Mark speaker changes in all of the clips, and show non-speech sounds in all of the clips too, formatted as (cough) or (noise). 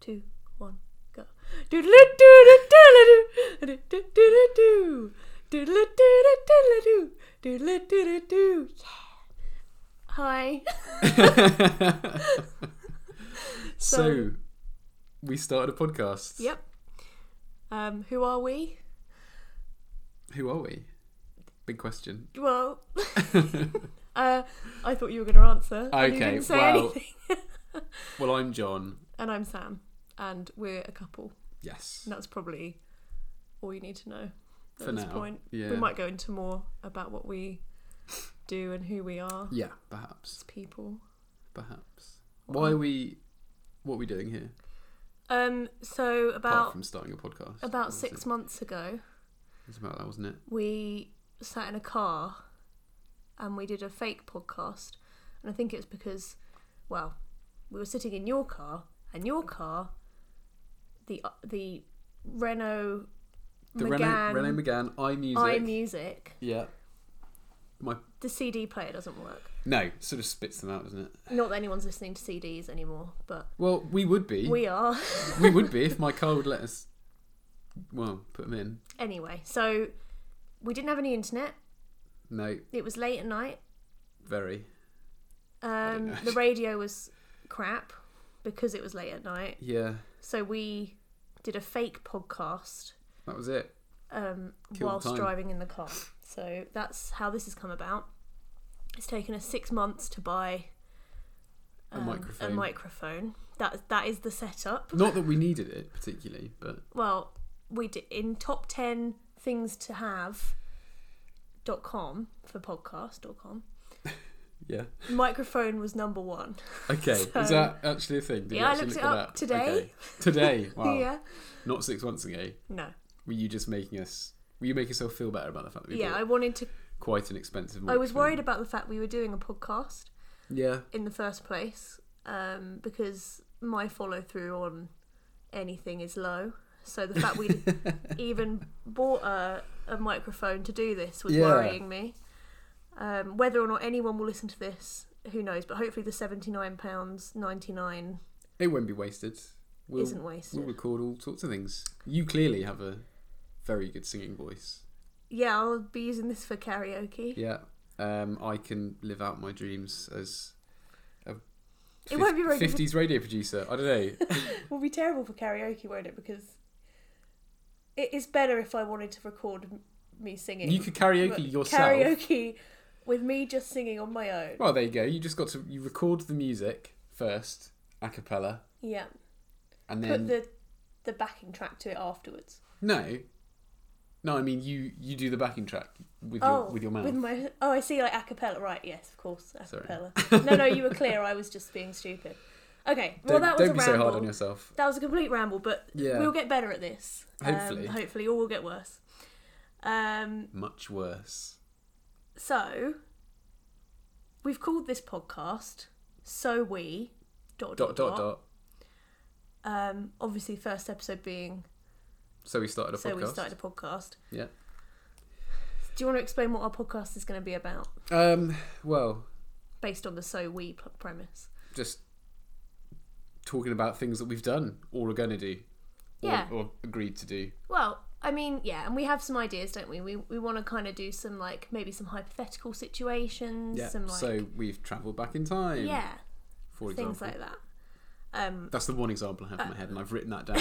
Speaker 1: two, one, go. Doodle-doo-doo-doo-doo-doo. Doodle-doo-doo-doo-doo-doo. Doodle-doo-doo-doo. Yeah. Hi.
Speaker 2: (laughs) so, we started a podcast.
Speaker 1: Yep. Um, who are we?
Speaker 2: Who are we?
Speaker 1: (laughs)
Speaker 2: Big question.
Speaker 1: Well, uh, I thought you were going to answer. and you
Speaker 2: Okay,
Speaker 1: didn't say
Speaker 2: well-
Speaker 1: anything.
Speaker 2: Well, I'm John.
Speaker 1: and I'm Sam, and we're a couple.
Speaker 2: Yes.
Speaker 1: And that's probably all you need to know at
Speaker 2: For
Speaker 1: this
Speaker 2: now,
Speaker 1: point.
Speaker 2: yeah.
Speaker 1: We might go into more about what we do and who we are
Speaker 2: Yeah, perhaps.
Speaker 1: as people.
Speaker 2: Perhaps. Why are we. What are we doing here?
Speaker 1: Um, so
Speaker 2: Apart
Speaker 1: about
Speaker 2: from starting a podcast.
Speaker 1: about
Speaker 2: obviously.
Speaker 1: six months ago,
Speaker 2: It's about that, wasn't it?
Speaker 1: we sat in a car and we did a fake podcast. And I think it's because, well, we were sitting in your car and your car, the uh, the Renault
Speaker 2: The
Speaker 1: Megane
Speaker 2: Renault, Renault Megane iMusic.
Speaker 1: iMusic,
Speaker 2: yeah. My
Speaker 1: the CD player doesn't work.
Speaker 2: no, sort of spits them out, doesn't it?
Speaker 1: Not that anyone's listening to CDs anymore, but
Speaker 2: Well, we would be.
Speaker 1: we are. (laughs)
Speaker 2: we would be if my car would let us. Well, put them in.
Speaker 1: anyway, so we didn't have any internet.
Speaker 2: No,
Speaker 1: It was late at night.
Speaker 2: very. don't
Speaker 1: Um,
Speaker 2: know.
Speaker 1: the radio was crap because it was late at night.
Speaker 2: Yeah,
Speaker 1: So we did a fake podcast
Speaker 2: that was it.
Speaker 1: um,
Speaker 2: Killed the
Speaker 1: whilst
Speaker 2: time.
Speaker 1: driving in the car. So that's how this has come about. It's taken us six months to buy
Speaker 2: A
Speaker 1: um,
Speaker 2: microphone.
Speaker 1: A microphone. That that is the setup.
Speaker 2: Not that we needed it particularly, but
Speaker 1: Well, we did in top ten things to have. dot com for podcast dot com
Speaker 2: yeah.
Speaker 1: microphone was number one.
Speaker 2: (laughs) Okay,
Speaker 1: So-
Speaker 2: is that actually a thing? Did you
Speaker 1: Yeah, I
Speaker 2: actually
Speaker 1: looked
Speaker 2: look
Speaker 1: it
Speaker 2: that
Speaker 1: up today.
Speaker 2: Okay.
Speaker 1: (laughs)
Speaker 2: Today, wow.
Speaker 1: Yeah.
Speaker 2: Not six months ago.
Speaker 1: No.
Speaker 2: Were you just making us? Were you making yourself feel better about the fact that we
Speaker 1: yeah,
Speaker 2: bought
Speaker 1: I wanted to.
Speaker 2: quite an expensive?
Speaker 1: I was
Speaker 2: microphone?
Speaker 1: worried about the fact we were doing a podcast
Speaker 2: Yeah,
Speaker 1: in the first place um, because my follow through on anything is low. So the fact
Speaker 2: (laughs)
Speaker 1: we even bought a, a microphone to do this was
Speaker 2: Yeah.
Speaker 1: worrying me. Um, whether or not anyone will listen to this, who knows? But hopefully the seventy nine pounds ninety nine
Speaker 2: it won't be wasted. We'll,
Speaker 1: isn't wasted.
Speaker 2: We'll record all sorts of things. You clearly have a very good singing voice.
Speaker 1: Yeah, I'll be using this for karaoke.
Speaker 2: Yeah, um, I can live out my dreams as a
Speaker 1: It won't be very good for-
Speaker 2: fifties radio producer. I don't
Speaker 1: (laughs)
Speaker 2: know.
Speaker 1: will be terrible for karaoke, won't it? Because it is better if I wanted to record m- me singing.
Speaker 2: you could karaoke
Speaker 1: But
Speaker 2: yourself.
Speaker 1: Karaoke with me just singing on my own.
Speaker 2: Well, there you go. You just got to you record the music first a cappella,
Speaker 1: Yeah.
Speaker 2: and
Speaker 1: Put
Speaker 2: then
Speaker 1: the the backing track to it afterwards.
Speaker 2: no, no. I mean, you you do the backing track with your with your mouth.
Speaker 1: Oh, With my oh, I see. Like a cappella, right? Yes, of course, a
Speaker 2: Sorry.
Speaker 1: cappella. no, no, you were clear. I was just being stupid. Okay. Well,
Speaker 2: don't
Speaker 1: that was
Speaker 2: don't
Speaker 1: a
Speaker 2: be
Speaker 1: ramble.
Speaker 2: so hard on yourself.
Speaker 1: That was a complete ramble, but
Speaker 2: Yeah,
Speaker 1: we'll get better at this. Um,
Speaker 2: Hopefully.
Speaker 1: hopefully, or we'll get worse. Um,
Speaker 2: much worse.
Speaker 1: So, we've called this podcast "So We." Dot
Speaker 2: Dot
Speaker 1: dot
Speaker 2: dot dot.
Speaker 1: Um, obviously, first episode being
Speaker 2: So we started a
Speaker 1: so
Speaker 2: podcast.
Speaker 1: we started a podcast.
Speaker 2: Yeah.
Speaker 1: Do you want to explain what our podcast is going to be about,
Speaker 2: Um. Well,
Speaker 1: based on the "So We" p- premise?
Speaker 2: just talking about things that we've done or are going to do, or,
Speaker 1: Yeah.
Speaker 2: or agreed to do.
Speaker 1: Well, I mean, yeah, and we have some ideas, don't we? We we want to kind of do some like maybe some hypothetical situations,
Speaker 2: Yeah.
Speaker 1: some like
Speaker 2: so we've travelled back in time.
Speaker 1: yeah,
Speaker 2: For example,
Speaker 1: things like that. Um,
Speaker 2: that's the one example I have in my head, and I've written
Speaker 1: (laughs)
Speaker 2: that down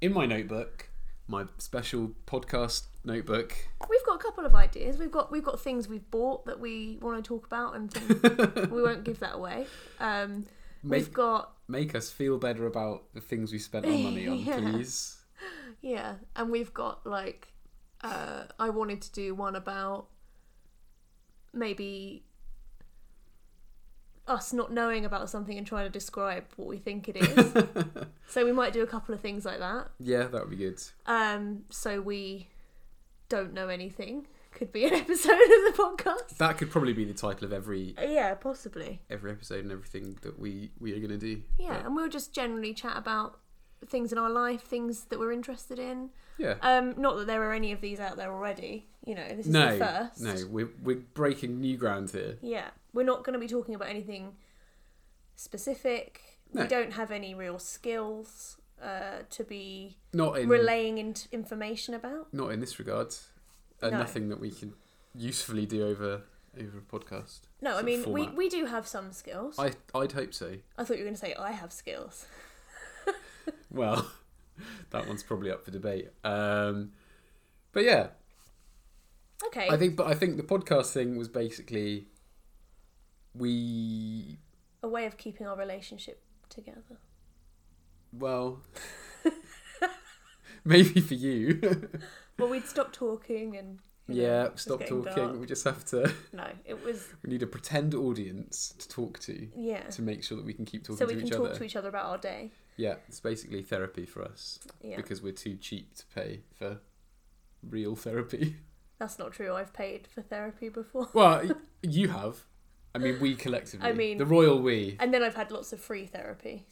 Speaker 2: in my notebook, my special podcast notebook.
Speaker 1: We've got a couple of ideas. We've got we've got things we've bought that we want to talk about, and things
Speaker 2: (laughs)
Speaker 1: we won't give that away. Um,
Speaker 2: Make
Speaker 1: We've got
Speaker 2: make us feel better about the things we spent our money
Speaker 1: (laughs)
Speaker 2: on,
Speaker 1: Yeah.
Speaker 2: please.
Speaker 1: yeah, and we've got like uh, I wanted to do one about maybe us not knowing about something and trying to describe what we think it is.
Speaker 2: (laughs)
Speaker 1: so we might do a couple of things like that.
Speaker 2: Yeah, that would be good.
Speaker 1: Um, so we don't know anything could be an (laughs) episode of the podcast. Uh,
Speaker 2: That could probably be the title of every
Speaker 1: Yeah, possibly.
Speaker 2: every episode and everything that we we are going to do.
Speaker 1: Yeah,
Speaker 2: But,
Speaker 1: and we'll just generally chat about things in our life, things that we're interested in.
Speaker 2: yeah.
Speaker 1: Um, not that there are any of these out there already. You know, this is
Speaker 2: no,
Speaker 1: the first.
Speaker 2: no, we're we're breaking new ground here.
Speaker 1: Yeah, we're not going to be talking about anything specific.
Speaker 2: No.
Speaker 1: We don't have any real skills uh, to be
Speaker 2: Not in
Speaker 1: relaying in- information about.
Speaker 2: not in this regard. Uh,
Speaker 1: No.
Speaker 2: Nothing that we can usefully do over over a podcast.
Speaker 1: No, I
Speaker 2: sort of
Speaker 1: mean we,
Speaker 2: format.
Speaker 1: we do have some skills. I,
Speaker 2: I I'd hope so.
Speaker 1: thought you were going to say I have skills.
Speaker 2: Well, (laughs) that one's probably up for debate. Um, but yeah,
Speaker 1: Okay.
Speaker 2: I think. But I think the podcast thing was basically we
Speaker 1: a way of keeping our relationship together.
Speaker 2: well. (laughs) Maybe for you. (laughs)
Speaker 1: Well, we'd stop talking and you know,
Speaker 2: yeah,
Speaker 1: it was
Speaker 2: stop
Speaker 1: getting
Speaker 2: talking.
Speaker 1: dark.
Speaker 2: We just have to. (laughs)
Speaker 1: No, it was
Speaker 2: We need a pretend audience to talk to
Speaker 1: yeah.
Speaker 2: to make sure that we can keep talking
Speaker 1: So
Speaker 2: to
Speaker 1: we can
Speaker 2: each
Speaker 1: talk
Speaker 2: other.
Speaker 1: to each other about our day.
Speaker 2: yeah, it's basically therapy for us
Speaker 1: Yeah,
Speaker 2: because we're too cheap to pay for real therapy. (laughs)
Speaker 1: that's not true. I've paid for therapy before,
Speaker 2: Well, y- you have. I mean, we collectively.
Speaker 1: I mean-
Speaker 2: the royal we.
Speaker 1: and then I've had lots of free therapy.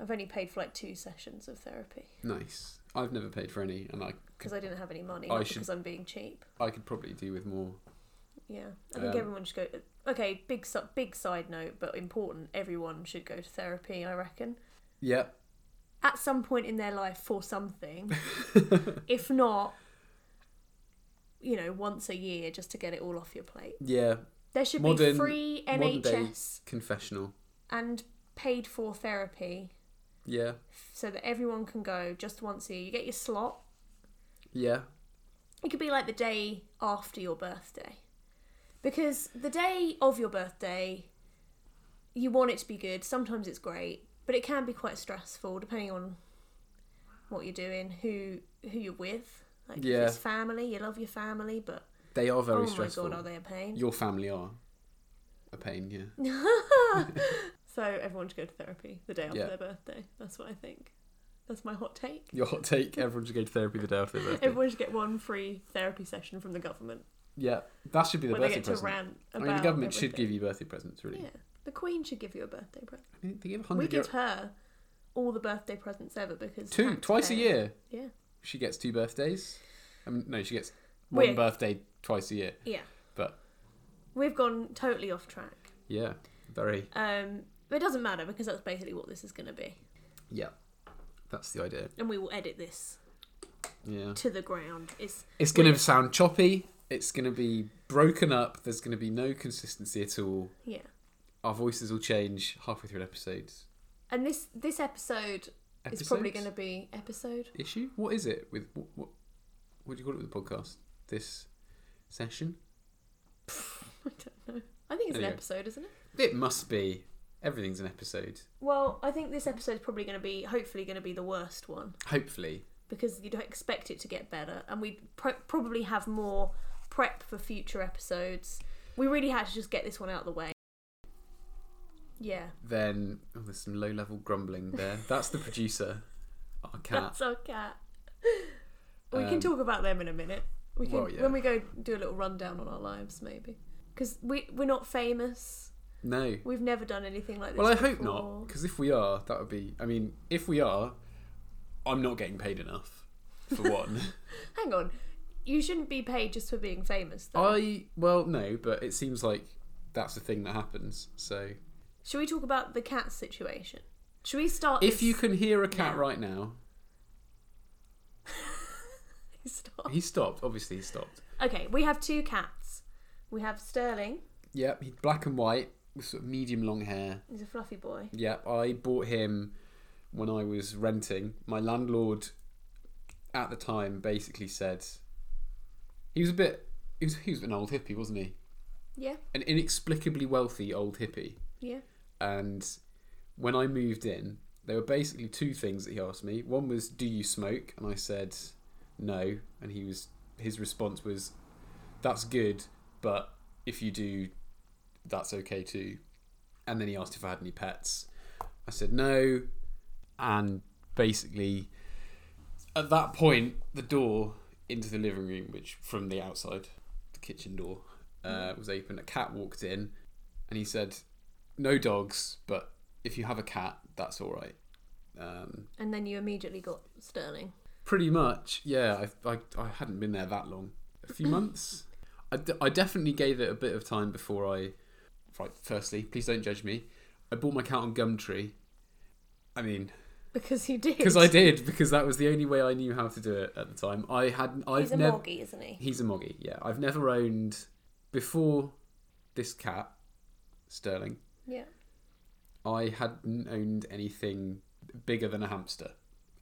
Speaker 1: I've only paid for like two sessions of therapy
Speaker 2: Nice. I've never paid for any, and I
Speaker 1: because I didn't have any money
Speaker 2: I
Speaker 1: not
Speaker 2: should-
Speaker 1: because I'm being cheap.
Speaker 2: I could probably do with more.
Speaker 1: Yeah, I think
Speaker 2: Um,
Speaker 1: everyone should go. Okay, big si- big side note, but important. Everyone should go to therapy. I reckon
Speaker 2: Yeah.
Speaker 1: at some point in their life for
Speaker 2: (laughs)
Speaker 1: something. if not, you know, once a year just to get it all off your plate.
Speaker 2: Yeah.
Speaker 1: There should
Speaker 2: Modern-
Speaker 1: be free
Speaker 2: modern day-
Speaker 1: NHS
Speaker 2: Confessional.
Speaker 1: and paid for therapy
Speaker 2: Yeah.
Speaker 1: so that everyone can go just once a year. You get your slot.
Speaker 2: Yeah.
Speaker 1: It could be like the day after your birthday. Because the day of your birthday, you want it to be good. Sometimes it's great, but it can be quite stressful depending on what you're doing, who who you're with. Like if
Speaker 2: Yeah.
Speaker 1: it's family, you love your family, but
Speaker 2: They are very
Speaker 1: oh
Speaker 2: stressful.
Speaker 1: my god, are they a pain?
Speaker 2: Your family are a pain. Yeah.
Speaker 1: So everyone should go to therapy the day after
Speaker 2: Yeah.
Speaker 1: their birthday. That's what I think. That's my hot take.
Speaker 2: Your hot take: everyone should go to therapy the day after their birthday.
Speaker 1: Everyone should get one free therapy session from the government
Speaker 2: Yeah, that should be the
Speaker 1: where they
Speaker 2: birthday
Speaker 1: get to
Speaker 2: present.
Speaker 1: rant
Speaker 2: I
Speaker 1: about.
Speaker 2: mean, the government should
Speaker 1: everything.
Speaker 2: give you birthday presents, really.
Speaker 1: Yeah, the Queen should give you a birthday present.
Speaker 2: I mean, they give
Speaker 1: We
Speaker 2: 100
Speaker 1: give
Speaker 2: euro-
Speaker 1: her all the birthday presents ever because
Speaker 2: two
Speaker 1: tax
Speaker 2: twice a
Speaker 1: pay-
Speaker 2: year.
Speaker 1: Yeah,
Speaker 2: She gets two birthdays. I mean, no, she gets one
Speaker 1: We're-
Speaker 2: birthday twice a year.
Speaker 1: yeah.
Speaker 2: But
Speaker 1: We've gone totally off track.
Speaker 2: yeah, very
Speaker 1: Um, but it doesn't matter because that's basically what this is going to be,
Speaker 2: yeah. That's the idea.
Speaker 1: and we will edit this
Speaker 2: Yeah,
Speaker 1: to the ground. It's
Speaker 2: it's going to sound choppy. It's going to be broken up. There's going to be no consistency at all.
Speaker 1: yeah.
Speaker 2: Our voices will change halfway through an episode.
Speaker 1: And this this episode is probably going to be episode. (laughs)
Speaker 2: issue. What is it with what, what? What do you call it with the podcast? This session.
Speaker 1: I don't know. I think it's an
Speaker 2: Anyway.
Speaker 1: episode, isn't it?
Speaker 2: It must be. Everything's an episode.
Speaker 1: Well, I think this episode's probably going to be, hopefully, going to be the worst one
Speaker 2: Hopefully.
Speaker 1: because you don't expect it to get better, and we pro probably have more prep for future episodes. We really had to just get this one out of the way. Yeah,
Speaker 2: Then oh, there's some low level grumbling there. That's the producer. Our cat.
Speaker 1: that's our cat. (laughs) We
Speaker 2: Um,
Speaker 1: can talk about them in a minute. We can
Speaker 2: well, yeah.
Speaker 1: when we go do a little rundown on our lives, maybe because we we're not famous.
Speaker 2: No.
Speaker 1: We've never done anything like this.
Speaker 2: Well, I hope
Speaker 1: before.
Speaker 2: not. Because if we are, that would be. I mean, if we are, I'm not getting paid enough. For one,
Speaker 1: Hang on, you shouldn't be paid just for being famous. Though.
Speaker 2: I well no, but it seems like that's the thing that happens. So
Speaker 1: Should we talk about the cat situation? Should we start?
Speaker 2: if
Speaker 1: this- (laughs)
Speaker 2: you can hear a cat
Speaker 1: Yeah.
Speaker 2: right now,
Speaker 1: stop.
Speaker 2: he stopped. Obviously, he stopped.
Speaker 1: Okay, we have two cats. We have Sterling.
Speaker 2: Yep, he's black and white with sort of medium long hair.
Speaker 1: He's a fluffy boy.
Speaker 2: Yeah, I bought him when I was renting. My landlord at the time basically said he was a bit he was he was an old hippie, wasn't he?
Speaker 1: Yeah,
Speaker 2: An inexplicably wealthy old hippie.
Speaker 1: yeah.
Speaker 2: And when I moved in, there were basically two things that he asked me. One was, "Do you smoke?" and I said, "No." And he was his response was, "That's good, but if you do, that's okay too." And then he asked if I had any pets. I said no, and basically at that point the door into the living room, which from the outside, the kitchen door, uh, was open. A cat walked in, and he said, no dogs, but if you have a cat, that's all right. Um,
Speaker 1: And then you immediately got Sterling.
Speaker 2: pretty much, yeah. I, I I hadn't been there that long,
Speaker 1: (laughs)
Speaker 2: a few months. I, de- I definitely gave it a bit of time before I. Right, firstly, please don't judge me. I bought my account on Gumtree. I mean, (laughs)
Speaker 1: Because you did.
Speaker 2: because I did, because that was the only way I knew how to do it at the time. I had, I've
Speaker 1: He's a
Speaker 2: never,
Speaker 1: moggy, isn't he?
Speaker 2: he's a moggy. Yeah, I've never owned before this cat, Sterling.
Speaker 1: Yeah.
Speaker 2: I hadn't owned anything bigger than a hamster.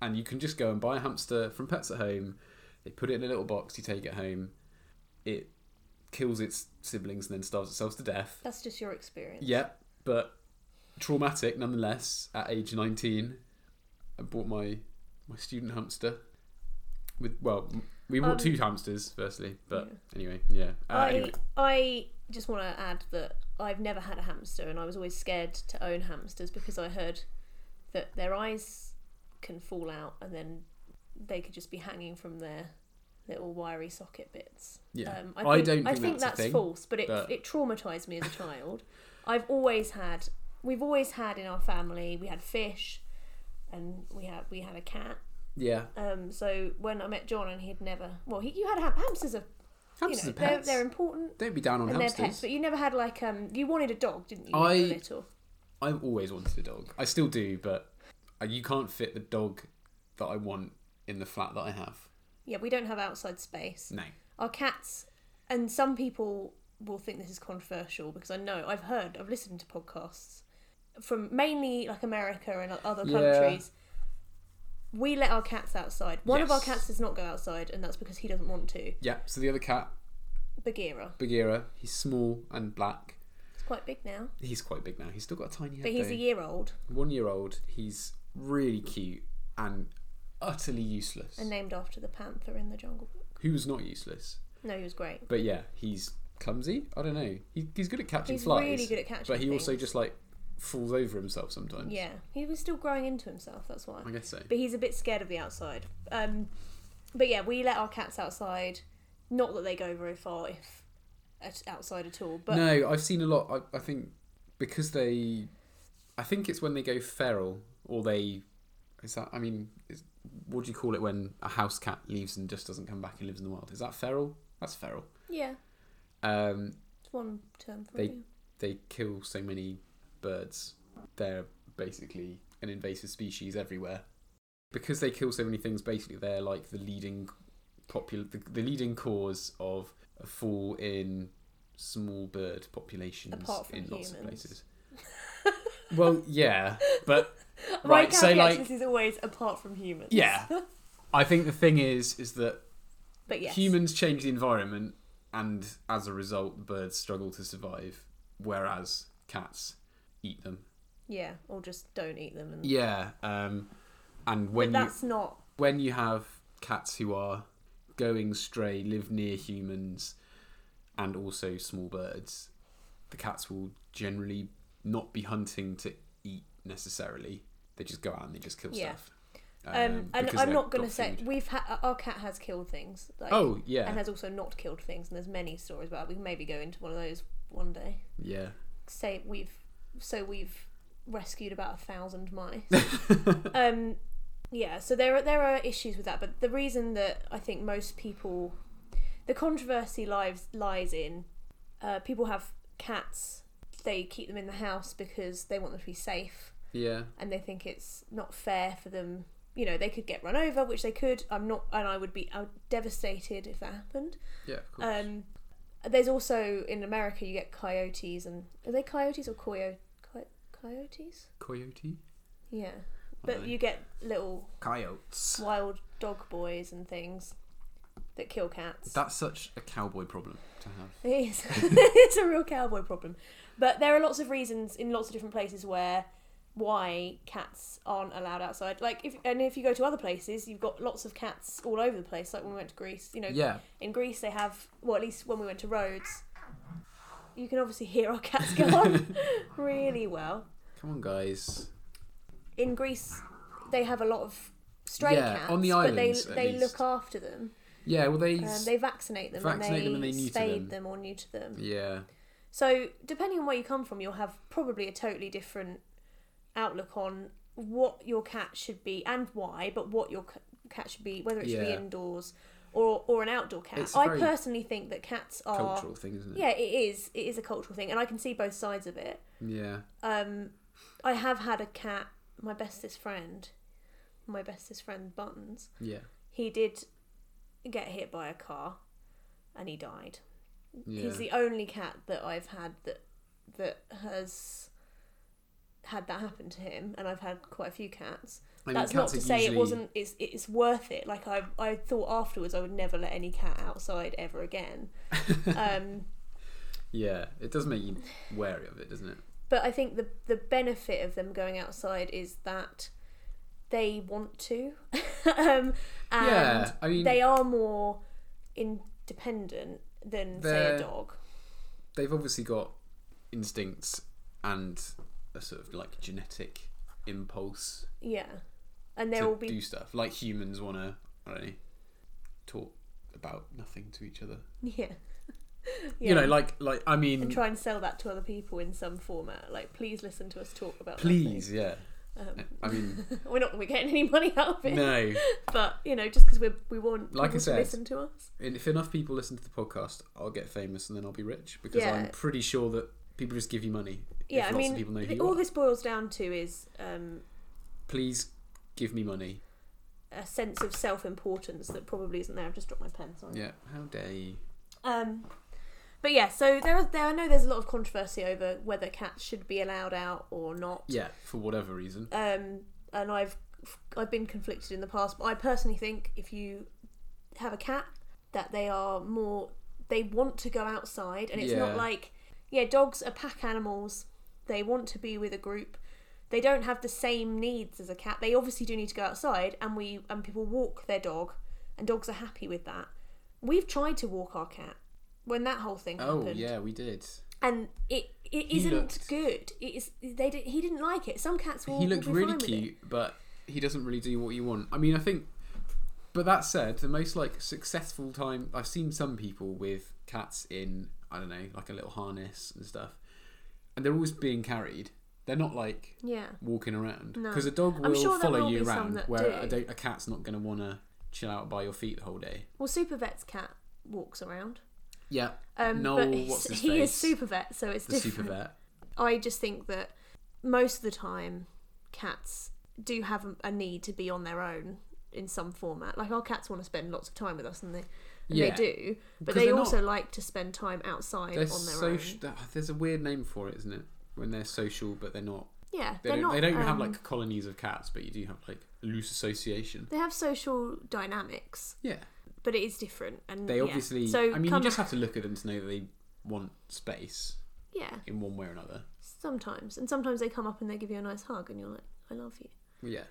Speaker 2: And you can just go and buy a hamster from Pets at Home. They put it in a little box, you take it home. It kills its siblings and then starves itself to death.
Speaker 1: That's just your experience.
Speaker 2: Yep, but traumatic nonetheless. At age 19, I bought my my student hamster with well, we bought
Speaker 1: Um,
Speaker 2: two hamsters firstly, but anyway, yeah. Uh,
Speaker 1: I
Speaker 2: anyway,
Speaker 1: I just want to add that I've never had a hamster, and I was always scared to own hamsters because I heard that their eyes can fall out, and then they could just be hanging from their little wiry socket bits.
Speaker 2: yeah.
Speaker 1: Um,
Speaker 2: I, don't think,
Speaker 1: I think
Speaker 2: that's, a thing.
Speaker 1: false, but it
Speaker 2: but-
Speaker 1: it traumatized me as a child. I've always had we've always had in our family we had fish, and we had we had a cat.
Speaker 2: Yeah,
Speaker 1: Um, so when I met John and he'd never well he you had ham- hamsters are
Speaker 2: hamsters
Speaker 1: you
Speaker 2: are
Speaker 1: know they're,
Speaker 2: pets.
Speaker 1: they're important
Speaker 2: Don't be down on
Speaker 1: and
Speaker 2: hamsters.
Speaker 1: they're pets, but you never had like um you wanted a dog, didn't you? when you were
Speaker 2: I-
Speaker 1: little.
Speaker 2: I've always wanted a dog. I still do, but uh, you can't fit the dog that I want in the flat that I have.
Speaker 1: Yeah, we don't have outside space.
Speaker 2: No.
Speaker 1: Our cats, and some people will think this is controversial because I know I've heard I've listened to podcasts from mainly like America and other
Speaker 2: Yeah.
Speaker 1: countries. We let our cats outside. One of our
Speaker 2: Yes.
Speaker 1: cats does not go outside, and that's because he doesn't want to.
Speaker 2: Yeah, so the other cat,
Speaker 1: Bagheera,
Speaker 2: Bagheera, he's small and black.
Speaker 1: it's quite big now,
Speaker 2: He's quite big now. He's still got a tiny head.
Speaker 1: but he's
Speaker 2: though.
Speaker 1: a year old
Speaker 2: One year old. He's really cute and utterly useless.
Speaker 1: and named after the panther in the Jungle Book.
Speaker 2: Who's not useless?
Speaker 1: No, he was great.
Speaker 2: But yeah, he's clumsy. I don't know. He, he's good at catching
Speaker 1: He's
Speaker 2: flies.
Speaker 1: really good at catching
Speaker 2: But he also
Speaker 1: things.
Speaker 2: just like falls over himself sometimes.
Speaker 1: Yeah, he was still growing into himself. That's why.
Speaker 2: I guess so.
Speaker 1: but he's a bit scared of the outside. Um, but yeah, we let our cats outside. Not that they go very far if at, outside at all. But
Speaker 2: (laughs) no, I've seen a lot. I, I think because they, I think it's when they go feral or they, is that? I mean, is, what do you call it when a house cat leaves and just doesn't come back and lives in the wild? Is that feral? That's feral.
Speaker 1: yeah,
Speaker 2: Um,
Speaker 1: it's one term for
Speaker 2: They- (laughs)
Speaker 1: it.
Speaker 2: they kill so many birds. They're basically an invasive species everywhere. Because they kill so many things, basically they're like the leading popular, the, the leading cause of a fall in small bird populations
Speaker 1: Apart from
Speaker 2: in lots of
Speaker 1: humans. (laughs)
Speaker 2: places. well, yeah, but
Speaker 1: My
Speaker 2: right. So,
Speaker 1: calculus
Speaker 2: like,
Speaker 1: is always apart from humans. (laughs)
Speaker 2: yeah, I think the thing is, is that
Speaker 1: but yes,
Speaker 2: humans change the environment, and as a result, birds struggle to survive, whereas cats eat them.
Speaker 1: yeah, or just don't eat them. And
Speaker 2: Yeah, um, and
Speaker 1: but
Speaker 2: when you
Speaker 1: that's not
Speaker 2: when you have cats who are going stray, live near humans, and also small birds, the cats will generally not be hunting to eat necessarily. They just go out and they just kill
Speaker 1: Yeah.
Speaker 2: stuff.
Speaker 1: Um, and
Speaker 2: because
Speaker 1: I'm
Speaker 2: they've
Speaker 1: not going to
Speaker 2: got
Speaker 1: say
Speaker 2: food.
Speaker 1: we've ha- our cat has killed things. Like,
Speaker 2: Oh, yeah.
Speaker 1: and has also not killed things. And there's many stories about. It. We can maybe go into one of those one day.
Speaker 2: Yeah,
Speaker 1: Say we've so we've rescued about a thousand mice. um, yeah. So there are there are issues with that, but the reason that I think most people, the controversy lies lies in, uh, people have cats. They keep them in the house because they want them to be safe
Speaker 2: yeah,
Speaker 1: and they think it's not fair for them. You know, they could get run over, which they could. I'm not, and I would be I would devastated if that happened.
Speaker 2: yeah. Of course.
Speaker 1: Um, there's also in America you get coyotes, and are they coyotes or coyo, coy, coyotes?
Speaker 2: Coyote,
Speaker 1: Yeah, but
Speaker 2: Aye.
Speaker 1: you get little
Speaker 2: coyotes.
Speaker 1: wild dog boys and things that kill cats.
Speaker 2: That's such a cowboy problem to have.
Speaker 1: It is. (laughs) it's (laughs) a real cowboy problem. But there are lots of reasons in lots of different places where why cats aren't allowed outside. Like if and if you go to other places, you've got lots of cats all over the place. Like when we went to Greece, you know,
Speaker 2: Yeah,
Speaker 1: in Greece they have well at least when we went to Rhodes, you can obviously hear our cats go
Speaker 2: (laughs)
Speaker 1: on really well.
Speaker 2: come on, guys.
Speaker 1: In Greece, they have a lot of stray
Speaker 2: Yeah,
Speaker 1: cats,
Speaker 2: on the
Speaker 1: but they
Speaker 2: islands, at
Speaker 1: they
Speaker 2: least.
Speaker 1: look after them.
Speaker 2: Yeah, well, they
Speaker 1: Um, they vaccinate them.
Speaker 2: Vaccinate
Speaker 1: and
Speaker 2: them and
Speaker 1: they,
Speaker 2: they neuter
Speaker 1: spade
Speaker 2: them.
Speaker 1: them or neuter them.
Speaker 2: yeah.
Speaker 1: So, depending on where you come from, you'll have probably a totally different outlook on what your cat should be and why, but what your c- cat should be, whether it should be
Speaker 2: Yeah.
Speaker 1: indoors or or an outdoor cat.
Speaker 2: It's a
Speaker 1: I
Speaker 2: very
Speaker 1: personally think that cats are
Speaker 2: cultural thing, isn't it?
Speaker 1: Yeah, it is. It is a cultural thing, and I can see both sides of it.
Speaker 2: Yeah.
Speaker 1: Um, I have had a cat. My bestest friend, my bestest friend Buttons.
Speaker 2: Yeah.
Speaker 1: He did get hit by a car, and he died.
Speaker 2: Yeah.
Speaker 1: He's the only cat that I've had that that has had that happen to him, and I've had quite a few cats.
Speaker 2: I mean,
Speaker 1: That's not
Speaker 2: cats
Speaker 1: to
Speaker 2: are
Speaker 1: say
Speaker 2: usually-
Speaker 1: it wasn't. It's it's worth it. Like I I thought afterwards, I would never let any cat outside ever
Speaker 2: (laughs)
Speaker 1: again. um,
Speaker 2: Yeah, it does make you wary of it, doesn't it?
Speaker 1: but I think the the benefit of them going outside is that they want to, (laughs) um, and
Speaker 2: Yeah, I mean-
Speaker 1: they are more independent than say
Speaker 2: They're-
Speaker 1: a dog.
Speaker 2: They've obviously got instincts and a sort of like genetic impulse
Speaker 1: Yeah, and
Speaker 2: to
Speaker 1: there will be
Speaker 2: do stuff. Like humans want to, I don't know, talk about nothing to
Speaker 1: (laughs)
Speaker 2: each other.
Speaker 1: (laughs) yeah.
Speaker 2: You know, like like I
Speaker 1: and
Speaker 2: mean,
Speaker 1: try and sell that to other people in some format. Like, please listen to us talk about.
Speaker 2: please, yeah.
Speaker 1: nothing.
Speaker 2: I mean,
Speaker 1: Um, (laughs) we're not going to be getting any money out of it,
Speaker 2: no.
Speaker 1: but you know, just because we we want
Speaker 2: Like I
Speaker 1: people to
Speaker 2: said,
Speaker 1: listen to us.
Speaker 2: And if enough people listen to the podcast, I'll get famous and then I'll be rich because
Speaker 1: Yeah.
Speaker 2: I'm pretty sure that people just give you money.
Speaker 1: Yeah,
Speaker 2: if
Speaker 1: I
Speaker 2: lots
Speaker 1: mean,
Speaker 2: of people know who
Speaker 1: th-
Speaker 2: you
Speaker 1: all
Speaker 2: are.
Speaker 1: this boils down to is um,
Speaker 2: Please give me money.
Speaker 1: a sense of self-importance that probably isn't there. I've just dropped my pen. Sorry.
Speaker 2: Yeah, how dare you?
Speaker 1: Um, but yeah, so there are there. I know there's a lot of controversy over whether cats should be allowed out or not.
Speaker 2: Yeah, for whatever reason.
Speaker 1: um, and I've I've been conflicted in the past. But I personally think if you have a cat, that they are more they want to go outside, and it's
Speaker 2: Yeah.
Speaker 1: not like yeah, dogs are pack animals. They want to be with a group. They don't have the same needs as a cat. They obviously do need to go outside, and we and people walk their dog, and dogs are happy with that. We've tried to walk our cat when that whole thing
Speaker 2: Oh
Speaker 1: happened
Speaker 2: yeah, we did.
Speaker 1: and it it isn't
Speaker 2: looked-
Speaker 1: good. It is they did, he didn't like it. Some cats will.
Speaker 2: he looked
Speaker 1: will be
Speaker 2: really
Speaker 1: fine with it.
Speaker 2: cute, but he doesn't really do what you want. I mean, I think. But that said, the most like successful time I've seen some people with cats in I don't know like a little harness and stuff, and they're always being carried. They're not like
Speaker 1: Yeah,
Speaker 2: walking around
Speaker 1: No.
Speaker 2: because a dog
Speaker 1: I'm
Speaker 2: will
Speaker 1: sure there
Speaker 2: follow
Speaker 1: will
Speaker 2: you
Speaker 1: be some
Speaker 2: around.
Speaker 1: that
Speaker 2: Where
Speaker 1: do.
Speaker 2: a, do- a cat's not going to want to chill out by your feet the whole day.
Speaker 1: well, Super Vet's cat walks around.
Speaker 2: Yeah.
Speaker 1: Um,
Speaker 2: no,
Speaker 1: but he's-
Speaker 2: what's his
Speaker 1: he is
Speaker 2: face?
Speaker 1: Super Vet, so it's
Speaker 2: the
Speaker 1: different.
Speaker 2: super vet.
Speaker 1: I just think that most of the time, cats do have a, a need to be on their own in some format. Like our cats want to spend lots of time with us, and they and
Speaker 2: Yeah.
Speaker 1: they do, but
Speaker 2: Because
Speaker 1: they
Speaker 2: they're
Speaker 1: also
Speaker 2: not-
Speaker 1: like to spend time outside
Speaker 2: They're
Speaker 1: on their
Speaker 2: social.
Speaker 1: own.
Speaker 2: There's a weird name for it, isn't it? When they're social, but they're not.
Speaker 1: Yeah,
Speaker 2: They
Speaker 1: are
Speaker 2: don't.
Speaker 1: not.
Speaker 2: they don't have
Speaker 1: um,
Speaker 2: like colonies of cats, but you do have like a loose association.
Speaker 1: They have social dynamics,
Speaker 2: Yeah,
Speaker 1: but it is different. And
Speaker 2: they
Speaker 1: yeah.
Speaker 2: obviously.
Speaker 1: So
Speaker 2: I mean,
Speaker 1: come
Speaker 2: you just have to look at them to know that they want space
Speaker 1: Yeah,
Speaker 2: in one way or another.
Speaker 1: sometimes. And sometimes they come up and they give you a nice hug, and you're like, "I love you."
Speaker 2: Yeah,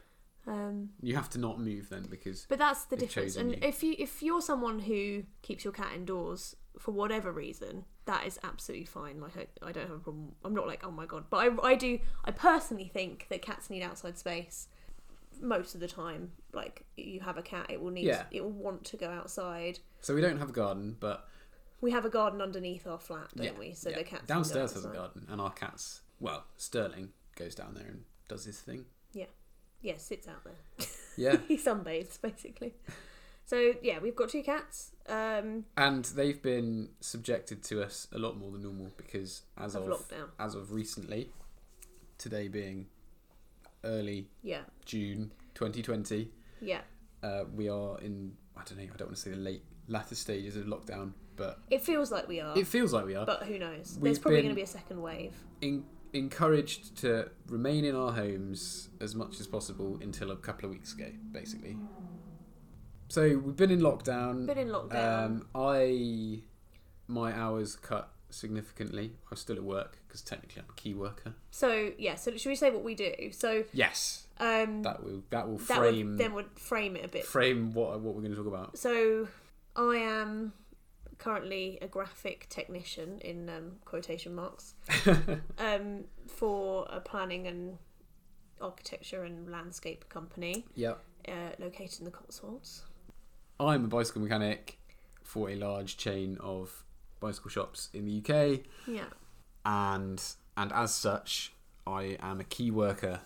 Speaker 1: Um,
Speaker 2: you have to not move then because
Speaker 1: but that's the
Speaker 2: They've
Speaker 1: difference.
Speaker 2: chosen
Speaker 1: And
Speaker 2: you.
Speaker 1: if you if you're someone who keeps your cat indoors for whatever reason, that is absolutely fine. Like I, I don't have a problem. I'm not like, oh my god. But I, I do. I personally think that cats need outside space most of the time. Like you have a cat, it will need.
Speaker 2: Yeah.
Speaker 1: It will want to go outside.
Speaker 2: so we don't have a garden, but
Speaker 1: We have a garden underneath our flat, don't
Speaker 2: yeah,
Speaker 1: we? So
Speaker 2: yeah.
Speaker 1: the cats can go
Speaker 2: downstairs has a
Speaker 1: outside.
Speaker 2: garden, and our cats. Well, Sterling goes down there and does his thing.
Speaker 1: Yeah, sits out there. (laughs)
Speaker 2: Yeah,
Speaker 1: he sunbathes
Speaker 2: (laughs)
Speaker 1: basically. So yeah, we've got two cats. Um,
Speaker 2: and they've been subjected to us a lot more than normal because as
Speaker 1: of
Speaker 2: of
Speaker 1: lockdown.
Speaker 2: as of recently, today being early
Speaker 1: Yeah,
Speaker 2: June 2020.
Speaker 1: yeah.
Speaker 2: uh, we are in I don't know I don't want to say the late latter stages of lockdown, but
Speaker 1: It feels like we are,
Speaker 2: it feels like we are
Speaker 1: but who knows?
Speaker 2: We've
Speaker 1: There's probably
Speaker 2: been-
Speaker 1: going to be a second wave.
Speaker 2: en- encouraged to remain in our homes as much as possible until a couple of weeks ago, basically. So we've been in lockdown.
Speaker 1: Been in lockdown.
Speaker 2: Um, I my hours cut significantly. I was still at work because technically I'm a key worker.
Speaker 1: so yeah, so should we say what we do? So
Speaker 2: Yes,
Speaker 1: um, that,
Speaker 2: that will that will frame
Speaker 1: would then would frame it a bit.
Speaker 2: frame what what we're going to talk about.
Speaker 1: So I am currently a graphic technician in um, quotation
Speaker 2: (laughs)
Speaker 1: marks um, for a planning and architecture and landscape company
Speaker 2: Yeah.
Speaker 1: uh, located in the Cotswolds.
Speaker 2: I'm a bicycle mechanic for a large chain of bicycle shops in the UK,
Speaker 1: Yeah.
Speaker 2: and and as such, I am a key worker.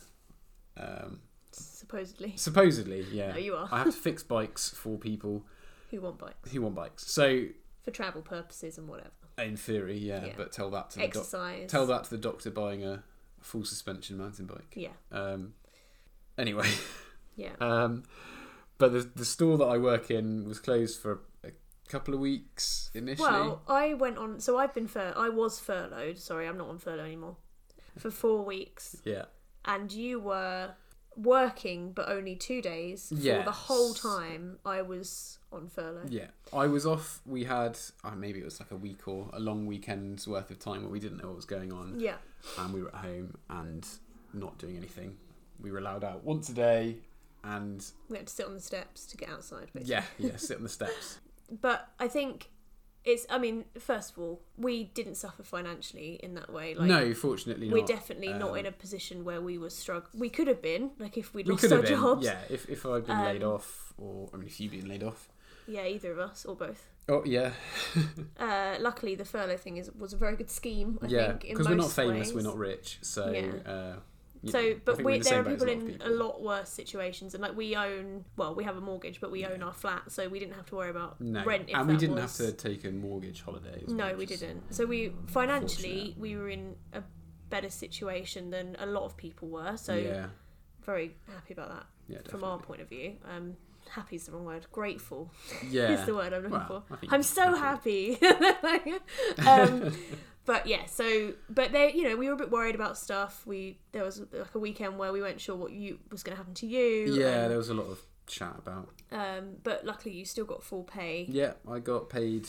Speaker 2: Um,
Speaker 1: supposedly.
Speaker 2: supposedly, yeah,
Speaker 1: No, you are.
Speaker 2: I have to fix bikes for people
Speaker 1: Who want bikes
Speaker 2: who want bikes. So
Speaker 1: for travel purposes and whatever.
Speaker 2: in theory, yeah,
Speaker 1: Yeah.
Speaker 2: but tell that to the doc-
Speaker 1: Exercise.
Speaker 2: tell that to the doctor buying a, full suspension mountain bike.
Speaker 1: Yeah.
Speaker 2: Um, anyway, (laughs)
Speaker 1: Yeah.
Speaker 2: um, but the the store that I work in was closed for a couple of weeks initially.
Speaker 1: Well, I went on. So I've been fur. I was furloughed. Sorry, I'm not on furlough anymore. For four weeks,
Speaker 2: yeah.
Speaker 1: and you were working, but only two days for the whole
Speaker 2: Yes.
Speaker 1: time I was on furlough.
Speaker 2: Yeah, I was off. We had uh, maybe it was like a week or a long weekend's worth of time where we didn't know what was going on,
Speaker 1: Yeah.
Speaker 2: and we were at home and not doing anything. We were allowed out once a day, and
Speaker 1: we had to sit on the steps to get outside. Basically.
Speaker 2: yeah, yeah, sit on the steps.
Speaker 1: but I think it's. I mean, first of all, we didn't suffer financially in that way. (laughs) Like,
Speaker 2: no, fortunately,
Speaker 1: we're
Speaker 2: not.
Speaker 1: definitely not
Speaker 2: Um,
Speaker 1: in a position where we were struggling. We could have been, like, if we'd
Speaker 2: we
Speaker 1: lost
Speaker 2: could
Speaker 1: our
Speaker 2: have been.
Speaker 1: jobs.
Speaker 2: Yeah, if if I'd been laid
Speaker 1: Um,
Speaker 2: off, or I mean, if you'd been laid off.
Speaker 1: Yeah, either of us or both.
Speaker 2: Oh yeah,
Speaker 1: Uh, luckily, the furlough thing is was a very good scheme. I
Speaker 2: yeah.
Speaker 1: think in
Speaker 2: Because we're not
Speaker 1: most
Speaker 2: famous,
Speaker 1: ways.
Speaker 2: we're not rich, so.
Speaker 1: Yeah.
Speaker 2: Uh, you
Speaker 1: So,
Speaker 2: know, I
Speaker 1: but
Speaker 2: think
Speaker 1: we
Speaker 2: in the
Speaker 1: there
Speaker 2: same
Speaker 1: are
Speaker 2: boat as
Speaker 1: people in
Speaker 2: of
Speaker 1: a lot worse situations, and like we own, well, we have a mortgage, but we own
Speaker 2: Yeah.
Speaker 1: our flat, so we didn't have to worry about
Speaker 2: No,
Speaker 1: rent. If
Speaker 2: and we
Speaker 1: that
Speaker 2: didn't
Speaker 1: was...
Speaker 2: have to take a mortgage holiday. as
Speaker 1: No,
Speaker 2: well,
Speaker 1: we
Speaker 2: which is-
Speaker 1: didn't. So we financially we were in a better situation than a lot of people were. So
Speaker 2: yeah,
Speaker 1: very happy about that
Speaker 2: yeah,
Speaker 1: from our
Speaker 2: definitely.
Speaker 1: point of view. Um, happy is the wrong word. Grateful
Speaker 2: yeah.
Speaker 1: (laughs) is the word I'm looking
Speaker 2: Well, I
Speaker 1: for.
Speaker 2: think
Speaker 1: I'm
Speaker 2: you're
Speaker 1: so happy. (laughs) um, but yeah, so but they, you know, we were a bit worried about stuff. We there was like a weekend where we weren't sure what you was going to happen to you.
Speaker 2: Yeah,
Speaker 1: and,
Speaker 2: there was a lot of chat about.
Speaker 1: um, but luckily you still got full pay.
Speaker 2: Yeah, I got paid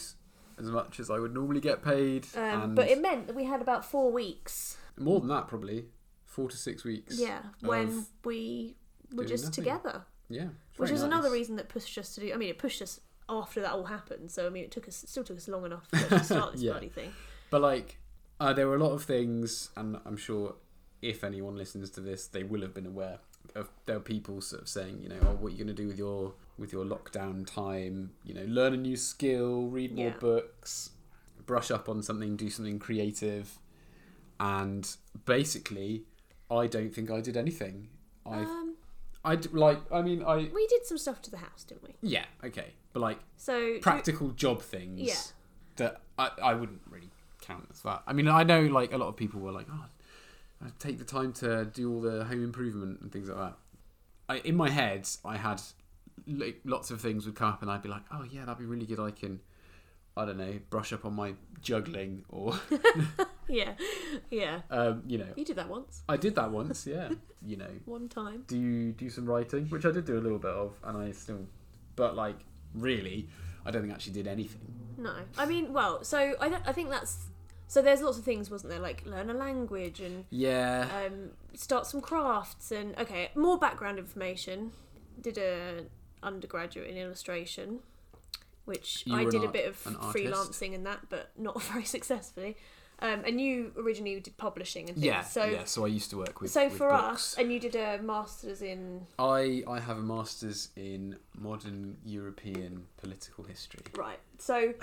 Speaker 2: as much as I would normally get paid,
Speaker 1: Um,
Speaker 2: and
Speaker 1: but it meant that we had about four weeks
Speaker 2: more than that probably, four to six weeks.
Speaker 1: Yeah, when
Speaker 2: of
Speaker 1: we were
Speaker 2: doing
Speaker 1: just
Speaker 2: nothing.
Speaker 1: together,
Speaker 2: yeah,
Speaker 1: which
Speaker 2: very
Speaker 1: is
Speaker 2: nice.
Speaker 1: another reason that pushed us to do. I mean, it pushed us after that all happened. So I mean, it took us it still took us long enough to actually start this
Speaker 2: (laughs) Yeah.
Speaker 1: bloody thing.
Speaker 2: But like, uh, there were a lot of things, and I'm sure if anyone listens to this, they will have been aware of. There are people sort of saying, you know, oh, what are you going to do with your with your lockdown time? You know, learn a new skill, read more
Speaker 1: Yeah.
Speaker 2: books, brush up on something, do something creative, and basically, I don't think I did anything. I
Speaker 1: Um,
Speaker 2: I d- like I mean I
Speaker 1: we did some stuff to the house, didn't we?
Speaker 2: yeah okay, but like
Speaker 1: So
Speaker 2: practical job things
Speaker 1: Yeah.
Speaker 2: that I, I wouldn't really count as that. I mean, I know like a lot of people were like, oh, I take the time to do all the home improvement and things like that. I, in my head, I had like, lots of things would come up, and I'd be like, oh yeah, that'd be really good. I can, I don't know, brush up on my juggling or (laughs)
Speaker 1: yeah, yeah,
Speaker 2: um, you know,
Speaker 1: you did that once,
Speaker 2: I did that once. Yeah, you know,
Speaker 1: one time.
Speaker 2: do do some writing, which I did do a little bit of, and I still, but like really, I don't think I actually did anything.
Speaker 1: No, I mean, well, so I don't, I think that's so. There's lots of things, wasn't there? Like learn a language and
Speaker 2: Yeah.
Speaker 1: um, start some crafts and okay, more background information. Did a undergraduate in illustration, which
Speaker 2: You
Speaker 1: I
Speaker 2: were
Speaker 1: did
Speaker 2: an
Speaker 1: a bit of
Speaker 2: art- an artist?
Speaker 1: freelancing in that, but not (laughs) very successfully. Um, and you originally did publishing and things,
Speaker 2: Yeah,
Speaker 1: so
Speaker 2: yeah. So I used to work with.
Speaker 1: so
Speaker 2: with
Speaker 1: for us,
Speaker 2: books.
Speaker 1: and you did a masters in
Speaker 2: I I have a masters in modern European political history.
Speaker 1: right.
Speaker 2: (laughs)
Speaker 1: So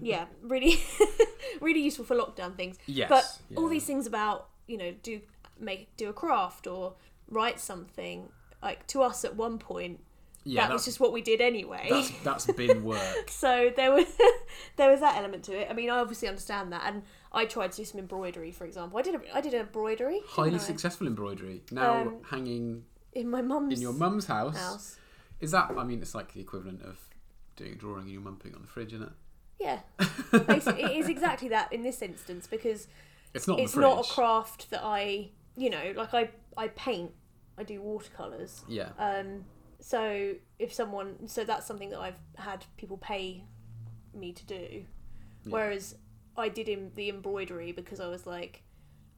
Speaker 1: yeah, really, (laughs) really useful for lockdown things.
Speaker 2: Yes,
Speaker 1: but all
Speaker 2: yeah.
Speaker 1: these things about you know do make do a craft or write something like to us at one point
Speaker 2: Yeah,
Speaker 1: that was just what we did anyway.
Speaker 2: that's that's been
Speaker 1: (laughs)
Speaker 2: work.
Speaker 1: so there was (laughs) there was that element to it. I mean, I obviously understand that, and I tried to do some embroidery, for example. I did a, I did embroidery didn't I?
Speaker 2: Highly successful embroidery now
Speaker 1: Um,
Speaker 2: hanging
Speaker 1: in my mum's
Speaker 2: in your mum's house. (laughs)
Speaker 1: house.
Speaker 2: Is that? I mean, it's like the equivalent of doing a drawing and your mum putting it on the fridge, isn't it?
Speaker 1: Yeah, basically, it is exactly that in this instance because
Speaker 2: It's not. on
Speaker 1: it's
Speaker 2: the
Speaker 1: not a
Speaker 2: fridge.
Speaker 1: craft that I you know like I I paint, I do watercolors.
Speaker 2: Yeah.
Speaker 1: Um, so if someone, so that's something that I've had people pay me to do, whereas I did in the embroidery because I was like,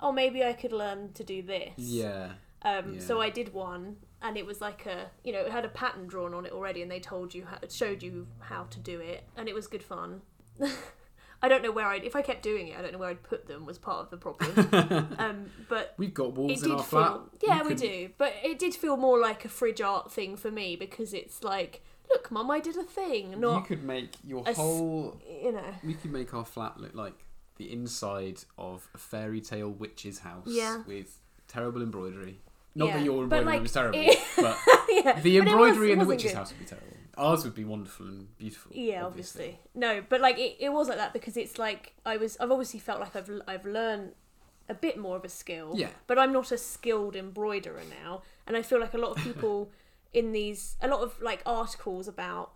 Speaker 1: oh, maybe I could learn to do this.
Speaker 2: yeah.
Speaker 1: Um, So
Speaker 2: yeah.
Speaker 1: I did one, and it was like a, you know, it had a pattern drawn on it already, and they told you, how, it showed you how to do it, and it was good fun. (laughs) I don't know where I'd, if I kept doing it, I don't know where I'd put them was part of the problem.
Speaker 2: (laughs)
Speaker 1: um, but
Speaker 2: We've got
Speaker 1: it
Speaker 2: walls in
Speaker 1: did
Speaker 2: our
Speaker 1: feel
Speaker 2: flat.
Speaker 1: yeah
Speaker 2: You
Speaker 1: we
Speaker 2: could-
Speaker 1: do but it did feel more like a fridge art thing for me because it's like look mum i did a thing
Speaker 2: You
Speaker 1: not
Speaker 2: could make your
Speaker 1: a s-
Speaker 2: whole
Speaker 1: you know (laughs)
Speaker 2: We could make our flat look like the inside of a fairy tale witch's house
Speaker 1: Yeah.
Speaker 2: with terrible embroidery. Not
Speaker 1: Yeah.
Speaker 2: that your
Speaker 1: But,
Speaker 2: embroidery
Speaker 1: like,
Speaker 2: was terrible,
Speaker 1: it- (laughs)
Speaker 2: but
Speaker 1: yeah
Speaker 2: the
Speaker 1: but it was-
Speaker 2: embroidery
Speaker 1: it
Speaker 2: in the
Speaker 1: wasn't
Speaker 2: witch's
Speaker 1: good.
Speaker 2: house would be terrible. Ours would be wonderful and beautiful.
Speaker 1: yeah obviously. no but like it, it was like that because it's like i was i've obviously felt like i've l- i've learned a bit more of a skill.
Speaker 2: Yeah.
Speaker 1: But I'm not a skilled embroiderer now, and I feel like a lot of
Speaker 2: (coughs)
Speaker 1: people in these a lot of like articles about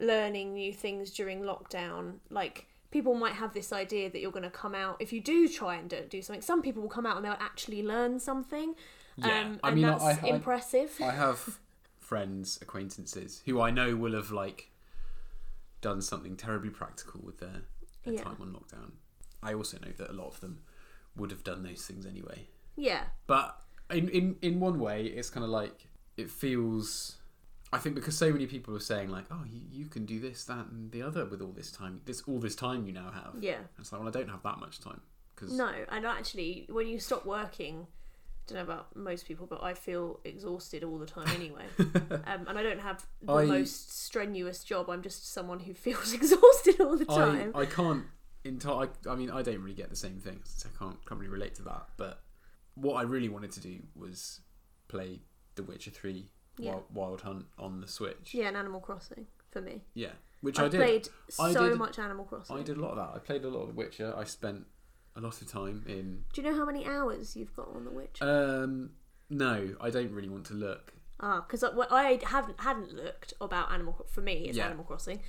Speaker 1: learning new things during lockdown, like people might have this idea that you're going to come out if you do try and do, do something. Some people will come out and they'll actually learn something.
Speaker 2: Yeah.
Speaker 1: Um,
Speaker 2: I
Speaker 1: and
Speaker 2: mean,
Speaker 1: that's
Speaker 2: I- I-
Speaker 1: impressive.
Speaker 2: I have friends, acquaintances who I know will have like done something terribly practical with their, their
Speaker 1: Yeah.
Speaker 2: time on lockdown. I also know that a lot of them would have done those things anyway.
Speaker 1: yeah.
Speaker 2: But in in, in one way, it's kind of like it feels. I think because so many people are saying like, "Oh, you, you can do this, that, and the other with all this time, this all this time you now have."
Speaker 1: Yeah.
Speaker 2: And it's like, well, I don't have that much time because
Speaker 1: No, and actually, when you stop working, don't know about most people, but I feel exhausted all the
Speaker 2: (laughs)
Speaker 1: time anyway. um, and I don't have the
Speaker 2: I-
Speaker 1: most strenuous job. I'm just someone who (laughs) feels exhausted all the
Speaker 2: I,
Speaker 1: time.
Speaker 2: I can't entire. I, I mean, I don't really get the same thing, so I can't can't really relate to that. But what I really wanted to do was play The Witcher Three
Speaker 1: Yeah.
Speaker 2: Wild, Wild Hunt on the Switch.
Speaker 1: yeah, and Animal Crossing for me.
Speaker 2: Yeah, which I,
Speaker 1: I've
Speaker 2: did.
Speaker 1: played
Speaker 2: I
Speaker 1: so
Speaker 2: did-
Speaker 1: much Animal Crossing.
Speaker 2: I did a lot of that. I played a lot of The Witcher. I spent a lot of time in.
Speaker 1: Do you know how many hours you've got on The Witch?
Speaker 2: Um, no, I don't really want to look.
Speaker 1: Ah, because I, well, I haven't hadn't looked about Animal Cro- for me it's
Speaker 2: Yeah.
Speaker 1: Animal Crossing.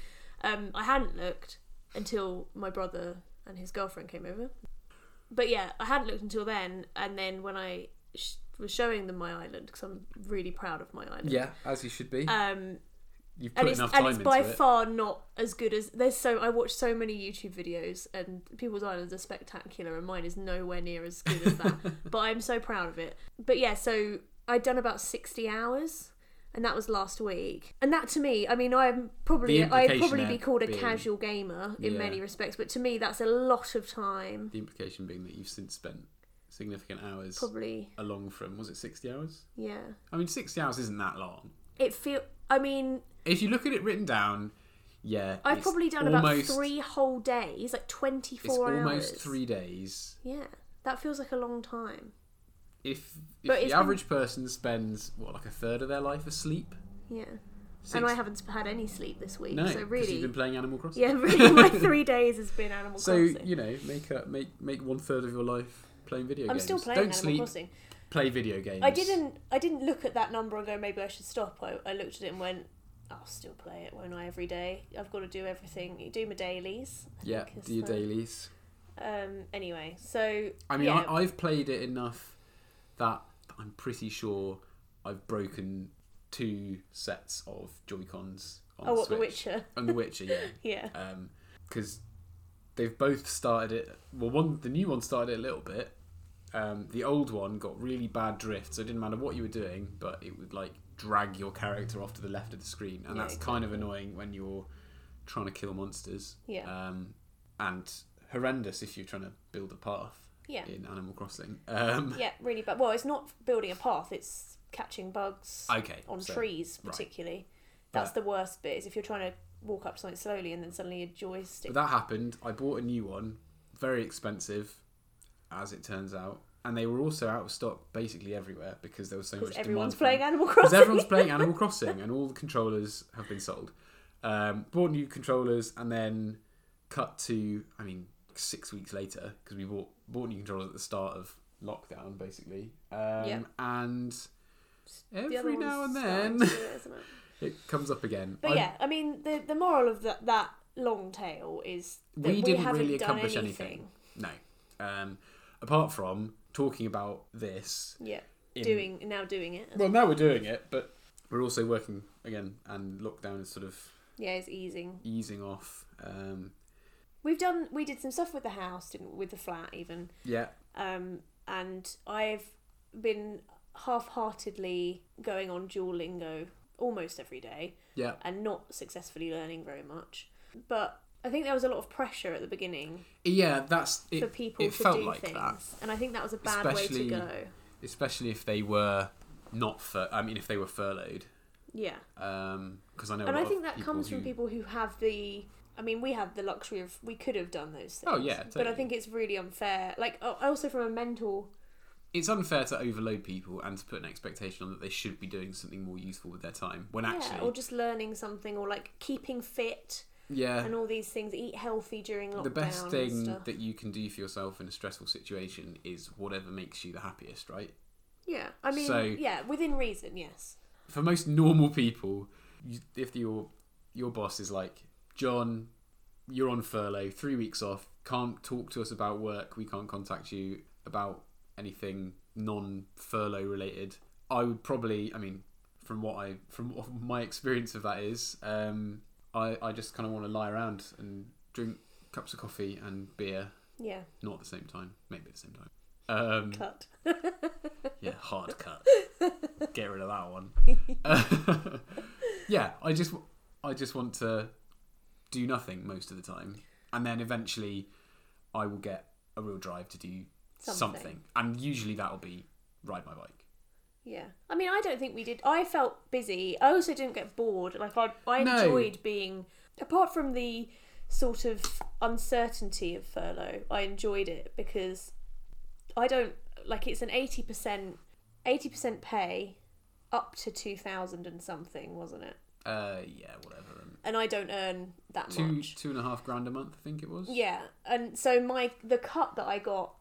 Speaker 1: Um, I hadn't looked until my brother and his girlfriend came over. But yeah, I hadn't looked until then, and then when I sh- was showing them my island because I'm really proud of my island.
Speaker 2: Yeah, as you should be.
Speaker 1: Um,
Speaker 2: You've
Speaker 1: and
Speaker 2: put
Speaker 1: it's
Speaker 2: enough
Speaker 1: and
Speaker 2: time
Speaker 1: it's
Speaker 2: into
Speaker 1: by
Speaker 2: it.
Speaker 1: far not as good as there's so I watch so many YouTube videos and people's islands are spectacular and mine is nowhere near as good as that.
Speaker 2: (laughs)
Speaker 1: but I'm so proud of it. But yeah, so I'd done about sixty hours. And that was last week. And that to me, I mean, I'm probably
Speaker 2: The
Speaker 1: I'd
Speaker 2: implication
Speaker 1: probably
Speaker 2: there
Speaker 1: be called a
Speaker 2: being-
Speaker 1: casual gamer in
Speaker 2: Yeah.
Speaker 1: many respects, but to me, that's a lot of time.
Speaker 2: The implication being that you've since spent significant hours
Speaker 1: Probably,
Speaker 2: along from was it sixty hours?
Speaker 1: yeah.
Speaker 2: I mean, sixty hours isn't that long.
Speaker 1: It feel. I mean,
Speaker 2: If you look at it written down, yeah,
Speaker 1: I've
Speaker 2: it's
Speaker 1: probably done
Speaker 2: almost-
Speaker 1: about three whole days, like
Speaker 2: It's
Speaker 1: twenty-four hours.
Speaker 2: almost three days.
Speaker 1: Yeah, that feels like a long time.
Speaker 2: If, if
Speaker 1: But
Speaker 2: the
Speaker 1: it's been-
Speaker 2: average person spends what like a third of their life asleep,
Speaker 1: Yeah.
Speaker 2: Six-
Speaker 1: And I haven't had any sleep this week,
Speaker 2: no,
Speaker 1: so
Speaker 2: 'cause
Speaker 1: really,
Speaker 2: you've been playing Animal Crossing.
Speaker 1: (laughs) yeah, really,
Speaker 2: (laughs)
Speaker 1: my three days has been Animal
Speaker 2: So
Speaker 1: Crossing.
Speaker 2: you know, make up, make make one third of your life playing video
Speaker 1: I'm
Speaker 2: games.
Speaker 1: still playing
Speaker 2: Don't
Speaker 1: Animal
Speaker 2: sleep.
Speaker 1: Crossing.
Speaker 2: Play video games.
Speaker 1: I didn't, I didn't look at that number and go, maybe I should stop. I, I looked at it and went, I'll still play it, won't I? Every day, I've got to do everything. You do my dailies. I
Speaker 2: Yeah,
Speaker 1: think is
Speaker 2: do your
Speaker 1: the-
Speaker 2: dailies.
Speaker 1: Um. Anyway, so
Speaker 2: I mean,
Speaker 1: yeah,
Speaker 2: I, I've played it enough that I'm pretty sure I've broken two sets of Joy Cons on
Speaker 1: oh,
Speaker 2: the
Speaker 1: what
Speaker 2: Switch.
Speaker 1: The Witcher? (laughs)
Speaker 2: and The Witcher, yeah.
Speaker 1: Yeah.
Speaker 2: because they've both started it. Well, one the new one started it a little bit. Um, the old one got really bad drift, so it didn't matter what you were doing, but it would like drag your character off to the left of the screen, and
Speaker 1: Yeah,
Speaker 2: that's kind of annoying when you're trying to kill monsters.
Speaker 1: Yeah.
Speaker 2: Um, and horrendous if you're trying to build a path.
Speaker 1: Yeah.
Speaker 2: In Animal Crossing.
Speaker 1: (laughs)
Speaker 2: Um,
Speaker 1: Yeah, really bad. Well, it's not building a path; it's catching bugs.
Speaker 2: Okay.
Speaker 1: on
Speaker 2: so-
Speaker 1: trees
Speaker 2: right.
Speaker 1: particularly. That's
Speaker 2: But-
Speaker 1: the worst bit is if you're trying to walk up something slowly and then suddenly a joystick.
Speaker 2: But that happened. I bought a new one, very expensive, as it turns out, and they were also out of stock basically everywhere because there was so much
Speaker 1: Because
Speaker 2: demand.
Speaker 1: everyone's
Speaker 2: for
Speaker 1: playing
Speaker 2: them.
Speaker 1: Animal
Speaker 2: Because
Speaker 1: Crossing.
Speaker 2: everyone's playing Animal Crossing, and all the controllers have been sold. Um, bought new controllers, and then cut to, I mean, six weeks later because we bought bought new controllers at the start of lockdown, basically. Um,
Speaker 1: Yeah.
Speaker 2: And
Speaker 1: (laughs) The other
Speaker 2: every now
Speaker 1: one's
Speaker 2: and then
Speaker 1: starting to do it, isn't it?
Speaker 2: (laughs) it comes up again.
Speaker 1: But
Speaker 2: I-
Speaker 1: yeah, I mean the the moral of that that long tail is that
Speaker 2: we didn't
Speaker 1: haven't
Speaker 2: really
Speaker 1: done
Speaker 2: accomplish
Speaker 1: anything.
Speaker 2: anything. No. Um, apart from talking about this.
Speaker 1: Yeah,
Speaker 2: in-
Speaker 1: doing now doing it.
Speaker 2: Well, now we're doing it, but we're also working again, and lockdown is sort of
Speaker 1: Yeah, it's easing.
Speaker 2: easing off. Um,
Speaker 1: We've done we did some stuff with the house, didn't we? with the flat even.
Speaker 2: yeah.
Speaker 1: um, and I've been half-heartedly going on Duolingo almost every day
Speaker 2: Yeah.
Speaker 1: and not successfully learning very much. But I think there was a lot of pressure at the beginning
Speaker 2: Yeah, that's it.
Speaker 1: for people
Speaker 2: it
Speaker 1: to
Speaker 2: felt
Speaker 1: do
Speaker 2: like
Speaker 1: things,
Speaker 2: that,
Speaker 1: and I think that was a bad way
Speaker 2: Especially-
Speaker 1: to go.
Speaker 2: especially if they were not fur. I mean, if they were furloughed,
Speaker 1: Yeah,
Speaker 2: because I know. a
Speaker 1: and I
Speaker 2: lot of
Speaker 1: think that comes
Speaker 2: who-
Speaker 1: from people who have the. I mean, we have the luxury of we could have done those things.
Speaker 2: Oh,
Speaker 1: but
Speaker 2: yeah,
Speaker 1: I
Speaker 2: totally.
Speaker 1: think it's really unfair. Like oh, also from a mental.
Speaker 2: It's unfair to overload people and to put an expectation on that they should be doing something more useful with their time when actually
Speaker 1: yeah, or just learning something or like keeping fit
Speaker 2: Yeah.
Speaker 1: and all these things. Eat healthy during lockdown.
Speaker 2: The best
Speaker 1: and
Speaker 2: thing
Speaker 1: stuff.
Speaker 2: that you can do for yourself in a stressful situation is whatever makes you the happiest, right?
Speaker 1: Yeah, I mean,
Speaker 2: So-
Speaker 1: yeah, within reason, yes.
Speaker 2: for most normal people, you, if your your boss is like, John, you're on furlough, three weeks off, can't talk to us about work, we can't contact you about anything non-furlough related. I would probably, I mean, from what I from what my experience of that is, um, I I just kind of want to lie around and drink cups of coffee and beer,
Speaker 1: Yeah,
Speaker 2: not at the same time, maybe at the same time. Um,
Speaker 1: cut.
Speaker 2: yeah,
Speaker 1: (laughs)
Speaker 2: hard cut. Get rid of that
Speaker 1: (laughs)
Speaker 2: one. yeah, I just I just want to do nothing most of the time, and then eventually I will get a real drive to do something,
Speaker 1: Something.
Speaker 2: and usually that will be ride my bike.
Speaker 1: Yeah, I mean, I don't think we did. I felt busy. I also didn't get bored. Like I, I
Speaker 2: No.
Speaker 1: enjoyed being. Apart from the sort of uncertainty of furlough, I enjoyed it because I don't like it's an eighty percent, eighty percent pay, up to two thousand and something, wasn't it?
Speaker 2: Uh, yeah, whatever. Um,
Speaker 1: And I don't earn that
Speaker 2: two
Speaker 1: much.
Speaker 2: two and a half grand a month, I think it was.
Speaker 1: Yeah, and so my the cut that I got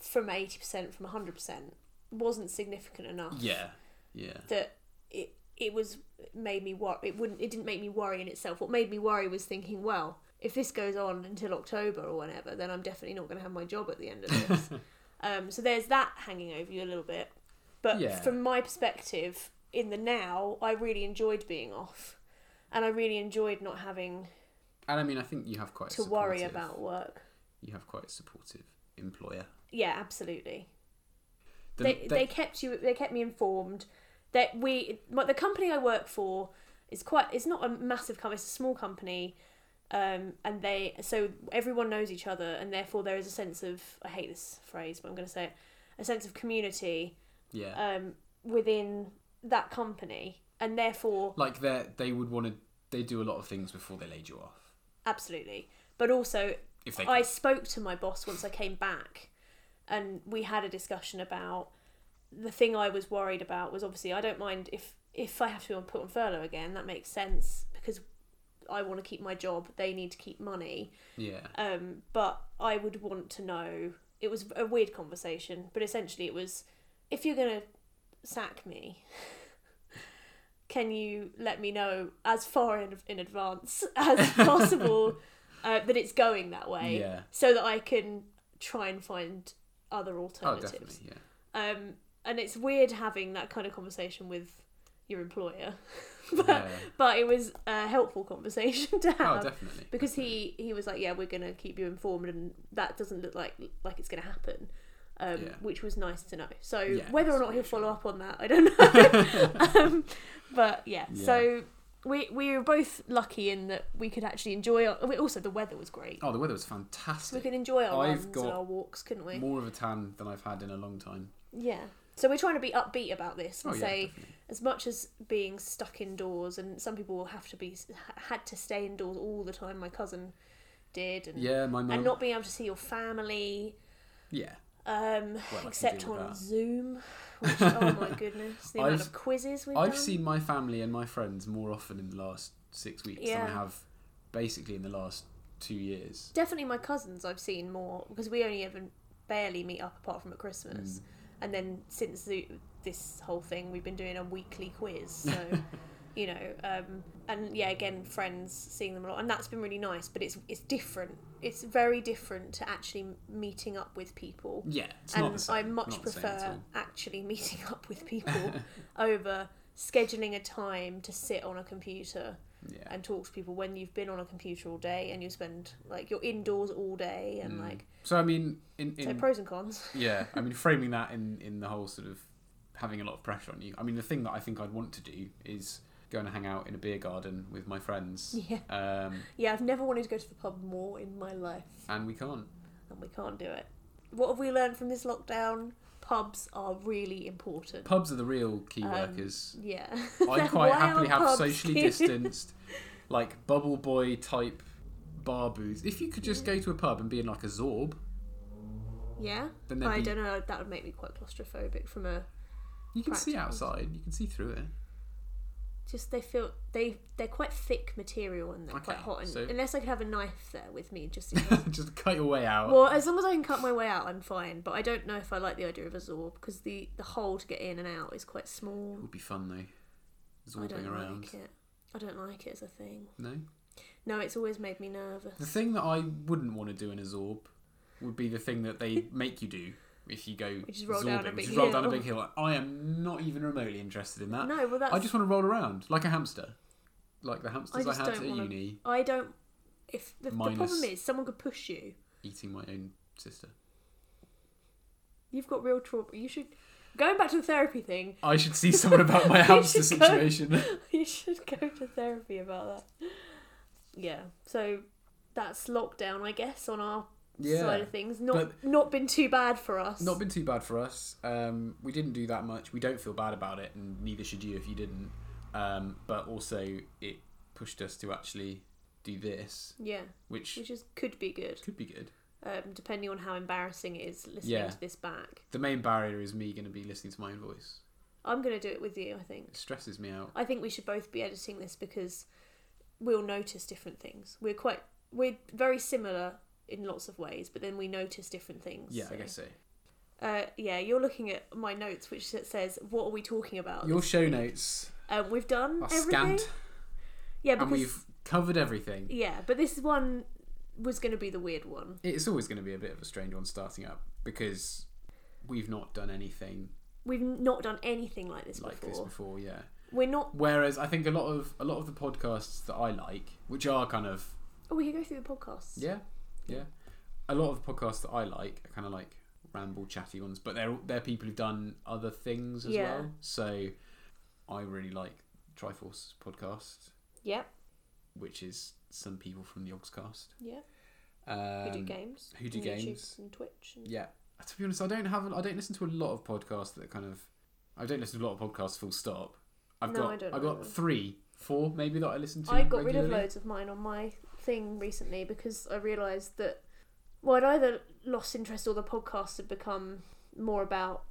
Speaker 1: from eighty percent from hundred percent wasn't significant enough.
Speaker 2: yeah, yeah.
Speaker 1: that it it was made me worry. It wouldn't. It didn't make me worry in itself. What made me worry was thinking, well, if this goes on until October or whenever, then I'm definitely not going to have my job at the end of
Speaker 2: (laughs)
Speaker 1: this. um, so there's that hanging over you a little bit. But
Speaker 2: Yeah.
Speaker 1: from my perspective, in the now, I really enjoyed being off, and I really enjoyed not having
Speaker 2: And I mean, I think you have quite a
Speaker 1: to worry
Speaker 2: supportive-
Speaker 1: about work.
Speaker 2: You have quite a supportive employer.
Speaker 1: Yeah, absolutely.
Speaker 2: The-
Speaker 1: they, they kept you they kept me informed that we my- the company I work for is quite it's not a massive company it's a small company um, and they so everyone knows each other and therefore there is a sense of I hate this phrase but I'm going to say it a sense of community
Speaker 2: yeah.
Speaker 1: um, within that company and therefore
Speaker 2: like they they would want to they do a lot of things before they laid you off
Speaker 1: absolutely but also
Speaker 2: if they
Speaker 1: I spoke to my boss once I came back, and we had a discussion about the thing I was worried about was obviously I don't mind if if I have to be on put on furlough again. That makes sense because I want to keep my job. They need to keep money.
Speaker 2: yeah
Speaker 1: Um, but I would want to know. It was a weird conversation, but essentially it was, if you're gonna sack me. (laughs) Can you let me know as far in, in advance (laughs) as possible uh, that it's going that way?
Speaker 2: yeah
Speaker 1: so that I can try and find other
Speaker 2: oh
Speaker 1: alternatives.
Speaker 2: definitely yeah
Speaker 1: Um, and it's weird having that kind of conversation with your employer, (laughs) but
Speaker 2: yeah
Speaker 1: but it was a helpful conversation (laughs) to
Speaker 2: oh
Speaker 1: have
Speaker 2: definitely
Speaker 1: because
Speaker 2: definitely.
Speaker 1: he he was like, yeah, we're gonna keep you informed, and that doesn't look like like it's gonna happen. Um,
Speaker 2: Yeah.
Speaker 1: Which was nice to know. So
Speaker 2: Yeah,
Speaker 1: whether or
Speaker 2: that's
Speaker 1: not he'll follow
Speaker 2: reassuring.
Speaker 1: up on that, I don't
Speaker 2: (laughs)
Speaker 1: know. um, but yeah,
Speaker 2: Yeah.
Speaker 1: so we we were both lucky in that we could actually enjoy. Our, I mean, also the weather was great.
Speaker 2: oh the weather was
Speaker 1: So we
Speaker 2: fantastic
Speaker 1: could enjoy our
Speaker 2: I've
Speaker 1: runs
Speaker 2: got
Speaker 1: and our walks, couldn't we?
Speaker 2: more of a tan than I've had in a long time
Speaker 1: Yeah. So we're trying to be upbeat about this
Speaker 2: oh
Speaker 1: and
Speaker 2: yeah
Speaker 1: say,
Speaker 2: definitely.
Speaker 1: as much as being stuck indoors, and some people will have to be ha- had to stay indoors all the time. My cousin did, and,
Speaker 2: yeah my
Speaker 1: and
Speaker 2: mum
Speaker 1: not being able to see your family,
Speaker 2: yeah
Speaker 1: um,
Speaker 2: I can
Speaker 1: except
Speaker 2: deal with
Speaker 1: on
Speaker 2: that.
Speaker 1: Zoom.
Speaker 2: (laughs)
Speaker 1: Which, oh my goodness, the amount
Speaker 2: I've-
Speaker 1: of quizzes we've
Speaker 2: I've
Speaker 1: done.
Speaker 2: seen my family and my friends more often in the last six weeks than I
Speaker 1: Yeah.
Speaker 2: have basically in the last two years
Speaker 1: Definitely my cousins I've seen more because we only ever barely meet up apart from at Christmas.
Speaker 2: Hmm.
Speaker 1: And then since the, this whole thing, we've been doing a weekly quiz.
Speaker 2: (laughs)
Speaker 1: So, you know, um, and yeah, again, friends, seeing them a lot. And that's been really nice, but it's, it's different. It's very different to actually meeting up with people.
Speaker 2: yeah it's not the
Speaker 1: and
Speaker 2: same
Speaker 1: I much
Speaker 2: not the same at
Speaker 1: prefer
Speaker 2: all.
Speaker 1: actually meeting up with
Speaker 2: (laughs)
Speaker 1: people over scheduling a time to sit on a computer
Speaker 2: yeah
Speaker 1: and talk to people when you've been on a computer all day and you spend like you're indoors all day and
Speaker 2: Mm.
Speaker 1: like
Speaker 2: so I mean in,
Speaker 1: so
Speaker 2: in
Speaker 1: pros and cons. (laughs)
Speaker 2: yeah i mean framing that in in the whole sort of having a lot of pressure on you i mean the thing that i think i'd want to do is go and hang out in a beer garden with my friends
Speaker 1: Yeah,
Speaker 2: um
Speaker 1: yeah. I've never wanted to go to the pub more in my life,
Speaker 2: and we can't
Speaker 1: and we can't do it. What have we learned from this lockdown? Pubs are really important.
Speaker 2: pubs are the real key
Speaker 1: Um, (laughs)
Speaker 2: workers (laughs)
Speaker 1: Yeah,
Speaker 2: i'd
Speaker 1: Then
Speaker 2: quite
Speaker 1: why aren't
Speaker 2: happily have
Speaker 1: pubs (laughs)
Speaker 2: socially
Speaker 1: key?
Speaker 2: distanced like bubble boy type bar booths if you could just go to a pub and be in like a zorb
Speaker 1: Yeah,
Speaker 2: then there'd
Speaker 1: I
Speaker 2: be,
Speaker 1: don't know. That would make me quite claustrophobic. From a
Speaker 2: you can see
Speaker 1: practical.
Speaker 2: outside you can see through it (laughs)
Speaker 1: do Just they feel they they're quite thick material and they're quite
Speaker 2: Okay,
Speaker 1: hot. And
Speaker 2: so-
Speaker 1: unless I could have a knife there with me, just
Speaker 2: (laughs)
Speaker 1: in case.
Speaker 2: Just cut your way out.
Speaker 1: well, as long as I can cut my way out, I'm fine. But I don't know if I like the idea of a zorb because the the hole to get in and out is quite small.
Speaker 2: It would be fun though.
Speaker 1: I
Speaker 2: Zorbing
Speaker 1: don't
Speaker 2: around.
Speaker 1: like it. I don't like it as a thing.
Speaker 2: No.
Speaker 1: No, it's always made me nervous.
Speaker 2: The thing that I wouldn't want to do in a zorb would be the thing
Speaker 1: (laughs)
Speaker 2: that they make you do if you go
Speaker 1: Which is roll down a
Speaker 2: zorbing, which
Speaker 1: big
Speaker 2: is roll down a
Speaker 1: hill.
Speaker 2: big hill. I am not even remotely interested in that.
Speaker 1: No, well that's
Speaker 2: I just want to roll around like a hamster, like the
Speaker 1: I
Speaker 2: hamsters I,
Speaker 1: just
Speaker 2: had at
Speaker 1: don't want
Speaker 2: uni
Speaker 1: I don't. If the, the
Speaker 2: Minus-
Speaker 1: problem is someone could push you,
Speaker 2: eating my own sister.
Speaker 1: you've got real trouble. You should going back to the therapy thing.
Speaker 2: I should see someone
Speaker 1: (laughs)
Speaker 2: about my
Speaker 1: You
Speaker 2: hamster
Speaker 1: should go. (laughs)
Speaker 2: situation. (laughs)
Speaker 1: you should go to therapy about that. Yeah. So that's lockdown, I guess, on our side
Speaker 2: yeah.
Speaker 1: of things. Not not been too bad for us.
Speaker 2: Not been too bad for us. Um, we didn't do that much. We don't feel bad about it, and neither should you if you didn't. Um, but also, it pushed us to actually do this,
Speaker 1: yeah,
Speaker 2: which
Speaker 1: which is could be good,
Speaker 2: could be good.
Speaker 1: um, depending on how embarrassing it is listening
Speaker 2: Yeah.
Speaker 1: to this back.
Speaker 2: The main barrier is me going to be listening to my own voice.
Speaker 1: I'm gonna do it with you. I think.
Speaker 2: It stresses me out.
Speaker 1: I think we should both be editing this because we'll notice different things. We're quite we're very similar in lots of ways, but then we notice different things.
Speaker 2: Yeah,
Speaker 1: so.
Speaker 2: I guess so.
Speaker 1: Uh, yeah, you're looking at my notes, which sa- says, "What are we talking about?"
Speaker 2: Your show notes
Speaker 1: Um, we've done
Speaker 2: are
Speaker 1: everything.
Speaker 2: scant,
Speaker 1: Yeah,
Speaker 2: and
Speaker 1: because
Speaker 2: we've covered everything.
Speaker 1: yeah, but this one was going to be the weird one.
Speaker 2: It's always going to be a bit of a strange one starting up because we've not done anything
Speaker 1: We've not done anything like this
Speaker 2: like
Speaker 1: before.
Speaker 2: this before. Yeah.
Speaker 1: We're not.
Speaker 2: Whereas I think a lot of a lot of the podcasts that I like, which are kind of
Speaker 1: Oh, we can go through the podcasts.
Speaker 2: yeah, yeah, a lot of the podcasts that I like are kind of like ramble chatty ones, but they're they're people who've done other things as
Speaker 1: Yeah.
Speaker 2: well. So I really like Triforce podcast,
Speaker 1: Yep.
Speaker 2: which is some people from the Ogscast
Speaker 1: Yeah.
Speaker 2: um,
Speaker 1: We do games.
Speaker 2: who do
Speaker 1: on YouTube
Speaker 2: games.
Speaker 1: and Twitch. And...
Speaker 2: Yeah, to be honest, I don't have I don't listen to a lot of podcasts that kind of I don't listen to a lot of podcasts. Full stop. I've
Speaker 1: No,
Speaker 2: got
Speaker 1: I don't
Speaker 2: have
Speaker 1: either.
Speaker 2: got three, four maybe that I listen to.
Speaker 1: I got rid of
Speaker 2: regularly.
Speaker 1: loads of mine on my thing recently because I realised that well, I'd either lost interest or the podcast had become more about.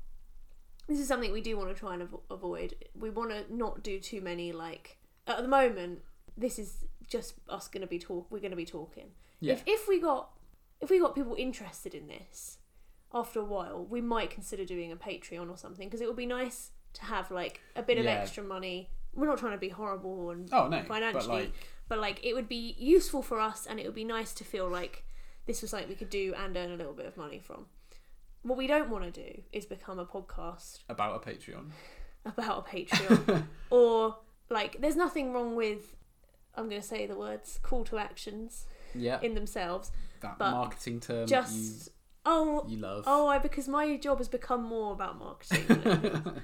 Speaker 1: This is something we do want to try and avo- avoid. We want to not do too many like at the moment. This is just us going to be talk. We're going to be talking.
Speaker 2: Yeah.
Speaker 1: If if we got if we got people interested in this after a while, we might consider doing a Patreon or something because it would be nice to have like a bit of
Speaker 2: Yeah.
Speaker 1: extra money. We're not trying to be horrible and
Speaker 2: Oh no,
Speaker 1: financially,
Speaker 2: But like,
Speaker 1: but like it would be useful for us, and it would be nice to feel like this was something we could do and earn a little bit of money from. What we don't want to do is become a podcast (laughs)
Speaker 2: about a Patreon.
Speaker 1: about a Patreon, or like there's nothing wrong with. I'm going to say the words call to actions
Speaker 2: Yeah,
Speaker 1: in themselves.
Speaker 2: that
Speaker 1: but
Speaker 2: marketing term
Speaker 1: Just oh
Speaker 2: that you, you love.
Speaker 1: oh, I, because my job has become more about marketing. than anything else.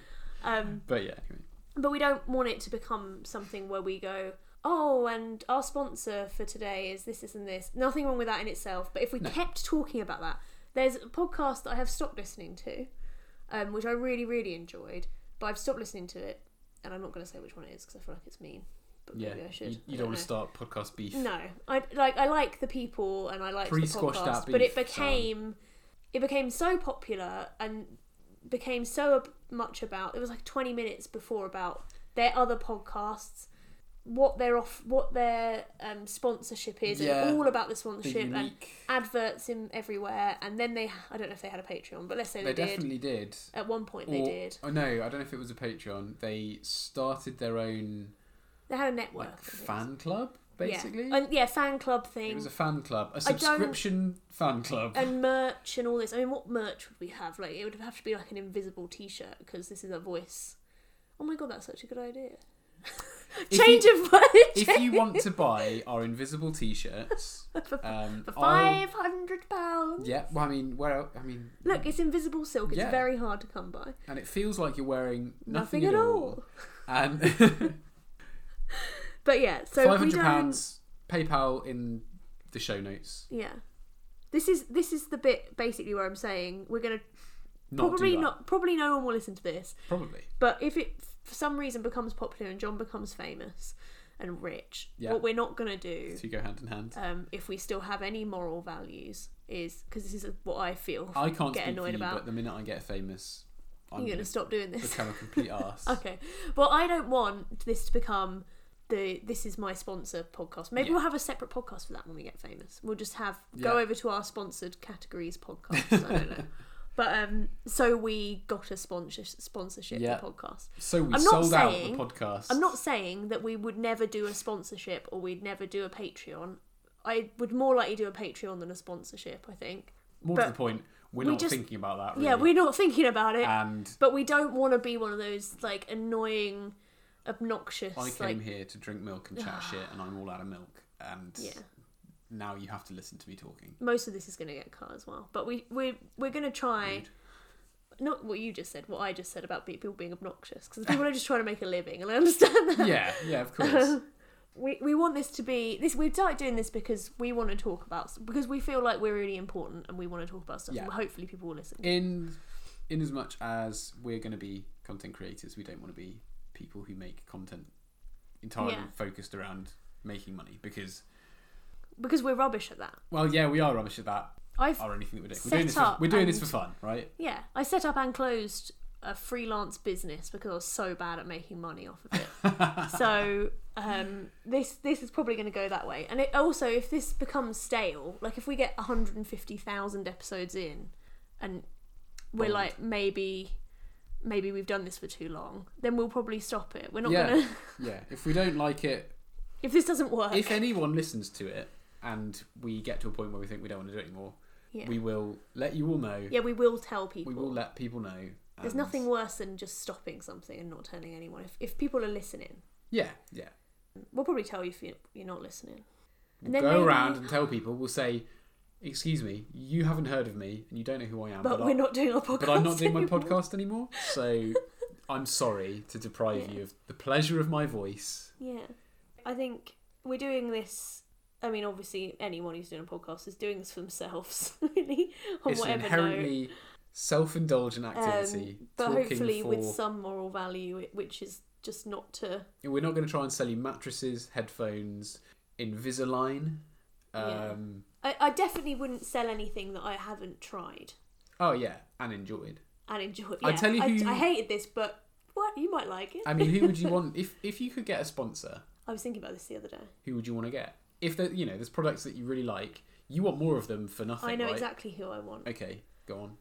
Speaker 1: um,
Speaker 2: But yeah, anyway.
Speaker 1: but we don't want it to become something where we go oh and our sponsor for today is this this and this nothing wrong with that in itself but if we kept talking about that there's a podcast that i have stopped listening to um, which i really really enjoyed but i've stopped listening to it and i'm not going to say which one it is because i feel like it's mean but
Speaker 2: yeah,
Speaker 1: maybe i should
Speaker 2: you,
Speaker 1: I
Speaker 2: you don't want
Speaker 1: know.
Speaker 2: to start podcast beef.
Speaker 1: No, I like I like the people and I like the
Speaker 2: Pre-squash that
Speaker 1: podcast, but it
Speaker 2: beef,
Speaker 1: became it became so popular and became so ab- much about. It was like twenty minutes before about their other podcasts, what their off, what their um, sponsorship is,
Speaker 2: Yeah.
Speaker 1: and all about the
Speaker 2: The
Speaker 1: sponsorship and
Speaker 2: unique.
Speaker 1: adverts in everywhere. And then they, I don't know if they had a Patreon, but let's say
Speaker 2: They
Speaker 1: they, did.
Speaker 2: definitely did.
Speaker 1: At one point, they
Speaker 2: Or-
Speaker 1: did.
Speaker 2: Oh no, I don't know if it was a Patreon. They started their own
Speaker 1: They had a network. I
Speaker 2: like
Speaker 1: think it was.
Speaker 2: fan club, basically.
Speaker 1: yeah, and, yeah, fan club
Speaker 2: It
Speaker 1: thing.
Speaker 2: was a fan club, a
Speaker 1: I don't-
Speaker 2: subscription fan club.
Speaker 1: and merch and all this. I mean, what merch would we have? Like, it would have to be like an invisible T-shirt because this is a voice. Oh my god, that's such a good idea.
Speaker 2: If
Speaker 1: Change
Speaker 2: you-
Speaker 1: of (laughs) merch
Speaker 2: If you want to buy our invisible T-shirts, um,
Speaker 1: (laughs) for
Speaker 2: I'll-
Speaker 1: five hundred pounds.
Speaker 2: Yeah, well, I mean, where else? I mean,
Speaker 1: Look, it's invisible silk. It's
Speaker 2: Yeah.
Speaker 1: very hard to come by.
Speaker 2: and it feels like you're wearing
Speaker 1: Nothing, at all. (laughs)
Speaker 2: And (laughs)
Speaker 1: But yeah, so
Speaker 2: five
Speaker 1: we
Speaker 2: hundred
Speaker 1: don't.
Speaker 2: pounds PayPal in the show notes.
Speaker 1: Yeah, this is this is the bit basically where I'm saying we're gonna
Speaker 2: Not
Speaker 1: probably
Speaker 2: do that.
Speaker 1: not probably no one will listen to this,
Speaker 2: Probably.
Speaker 1: But if it for some reason becomes popular and John becomes famous and rich,
Speaker 2: Yeah.
Speaker 1: what we're not going to do,
Speaker 2: So you go hand in hand.
Speaker 1: um, if we still have any moral values, is because this is what I feel.
Speaker 2: I can't
Speaker 1: get
Speaker 2: speak for
Speaker 1: annoyed
Speaker 2: you,
Speaker 1: about-
Speaker 2: but the minute I get famous,
Speaker 1: (laughs) You're
Speaker 2: I'm
Speaker 1: going
Speaker 2: going
Speaker 1: to stop doing
Speaker 2: to (laughs)
Speaker 1: this.
Speaker 2: become a
Speaker 1: (laughs)
Speaker 2: complete arse.
Speaker 1: Okay. Well, I don't want this to become the this is my sponsor podcast. Maybe
Speaker 2: Yeah.
Speaker 1: we'll have a separate podcast for that when we get famous. We'll just have go
Speaker 2: Yeah.
Speaker 1: over to our sponsored categories podcast. I
Speaker 2: (laughs)
Speaker 1: don't know. But um so we got a sponsor sponsorship
Speaker 2: Yeah.
Speaker 1: for podcast.
Speaker 2: So we
Speaker 1: I'm not
Speaker 2: sold out
Speaker 1: saying-
Speaker 2: the podcast.
Speaker 1: I'm not saying that we would never do a sponsorship or we'd never do a Patreon. I would more likely do a Patreon than a sponsorship, I think.
Speaker 2: More to
Speaker 1: but
Speaker 2: the point, we're
Speaker 1: we
Speaker 2: not
Speaker 1: just-
Speaker 2: thinking about that. Really.
Speaker 1: Yeah, we're not thinking about it.
Speaker 2: And
Speaker 1: But we don't want to be one of those like annoying, obnoxious.
Speaker 2: I
Speaker 1: like,
Speaker 2: came here to drink milk and
Speaker 1: (sighs)
Speaker 2: chat shit, and I'm all out of milk. And
Speaker 1: Yeah.
Speaker 2: now you have to listen to
Speaker 1: (laughs)
Speaker 2: me talking.
Speaker 1: Most of this is going to get cut as well. But we we we're going to try
Speaker 2: Rude.
Speaker 1: not what you just said, what I just said about be- people being obnoxious because people are just trying to make a living, and I understand that. (laughs)
Speaker 2: yeah, yeah, of course.
Speaker 1: We, we want this to be this we started doing this because we want to talk about because we feel like we're really important and we want to talk about stuff
Speaker 2: Yeah.
Speaker 1: and hopefully people will listen
Speaker 2: in in as much as we're going to be content creators, we don't want to be people who make content entirely
Speaker 1: Yeah.
Speaker 2: focused around making money because
Speaker 1: because we're rubbish at that
Speaker 2: well yeah we are rubbish at that
Speaker 1: I've
Speaker 2: or anything that we're doing
Speaker 1: Set
Speaker 2: we're doing, this for,
Speaker 1: up
Speaker 2: we're doing this for
Speaker 1: and-
Speaker 2: fun right
Speaker 1: Yeah, I set up and closed a freelance business because I was so bad at making money off of it.
Speaker 2: (laughs)
Speaker 1: so um, this this is probably going to go that way. And it also, if this becomes stale, like if we get 150,000 episodes in, and we're
Speaker 2: Bold.
Speaker 1: like maybe maybe we've done this for too long, then we'll probably stop it. We're not
Speaker 2: yeah
Speaker 1: gonna (laughs)
Speaker 2: yeah if we don't like it
Speaker 1: if this doesn't work.
Speaker 2: if anyone listens to it and we get to a point where we think we don't want to do it anymore
Speaker 1: yeah.
Speaker 2: we will let you all know
Speaker 1: yeah, we will tell people.
Speaker 2: we will let people know Um,
Speaker 1: There's
Speaker 2: and-
Speaker 1: nothing worse than just stopping something and not telling anyone. If if people are listening.
Speaker 2: yeah yeah
Speaker 1: We'll probably tell you if you- you're not listening. And
Speaker 2: we'll
Speaker 1: then
Speaker 2: go
Speaker 1: maybe-
Speaker 2: around and tell people we'll say excuse me you haven't heard of me and you don't know who i am
Speaker 1: But
Speaker 2: I-
Speaker 1: we're not doing our podcast.
Speaker 2: but I'm not doing my
Speaker 1: anymore.
Speaker 2: podcast anymore. So I'm sorry to deprive
Speaker 1: Yeah.
Speaker 2: you of the pleasure of my voice.
Speaker 1: Yeah. I think we're doing this. I mean, obviously, anyone who's doing a podcast is doing this for themselves, (laughs) really, on
Speaker 2: it's an
Speaker 1: whatever note.
Speaker 2: inherently self-indulgent activity.
Speaker 1: Um, but
Speaker 2: talking
Speaker 1: hopefully,
Speaker 2: for
Speaker 1: with some moral value, which is just not to.
Speaker 2: we're not going to try and sell you mattresses, headphones, Invisalign.
Speaker 1: Yeah.
Speaker 2: Um,
Speaker 1: I, I definitely wouldn't sell anything that I haven't tried
Speaker 2: Oh yeah, and enjoyed.
Speaker 1: and enjoyed.
Speaker 2: I
Speaker 1: Yeah,
Speaker 2: tell you
Speaker 1: I,
Speaker 2: who-
Speaker 1: I hated this, but what you might like it.
Speaker 2: I mean, who
Speaker 1: (laughs)
Speaker 2: would you want if if you could get a sponsor?
Speaker 1: I was thinking about this the other day.
Speaker 2: Who would you want to get? If there, you know, there's products that you really like, you want more of them for nothing.
Speaker 1: I know
Speaker 2: right?
Speaker 1: exactly who I want.
Speaker 2: Okay, go on.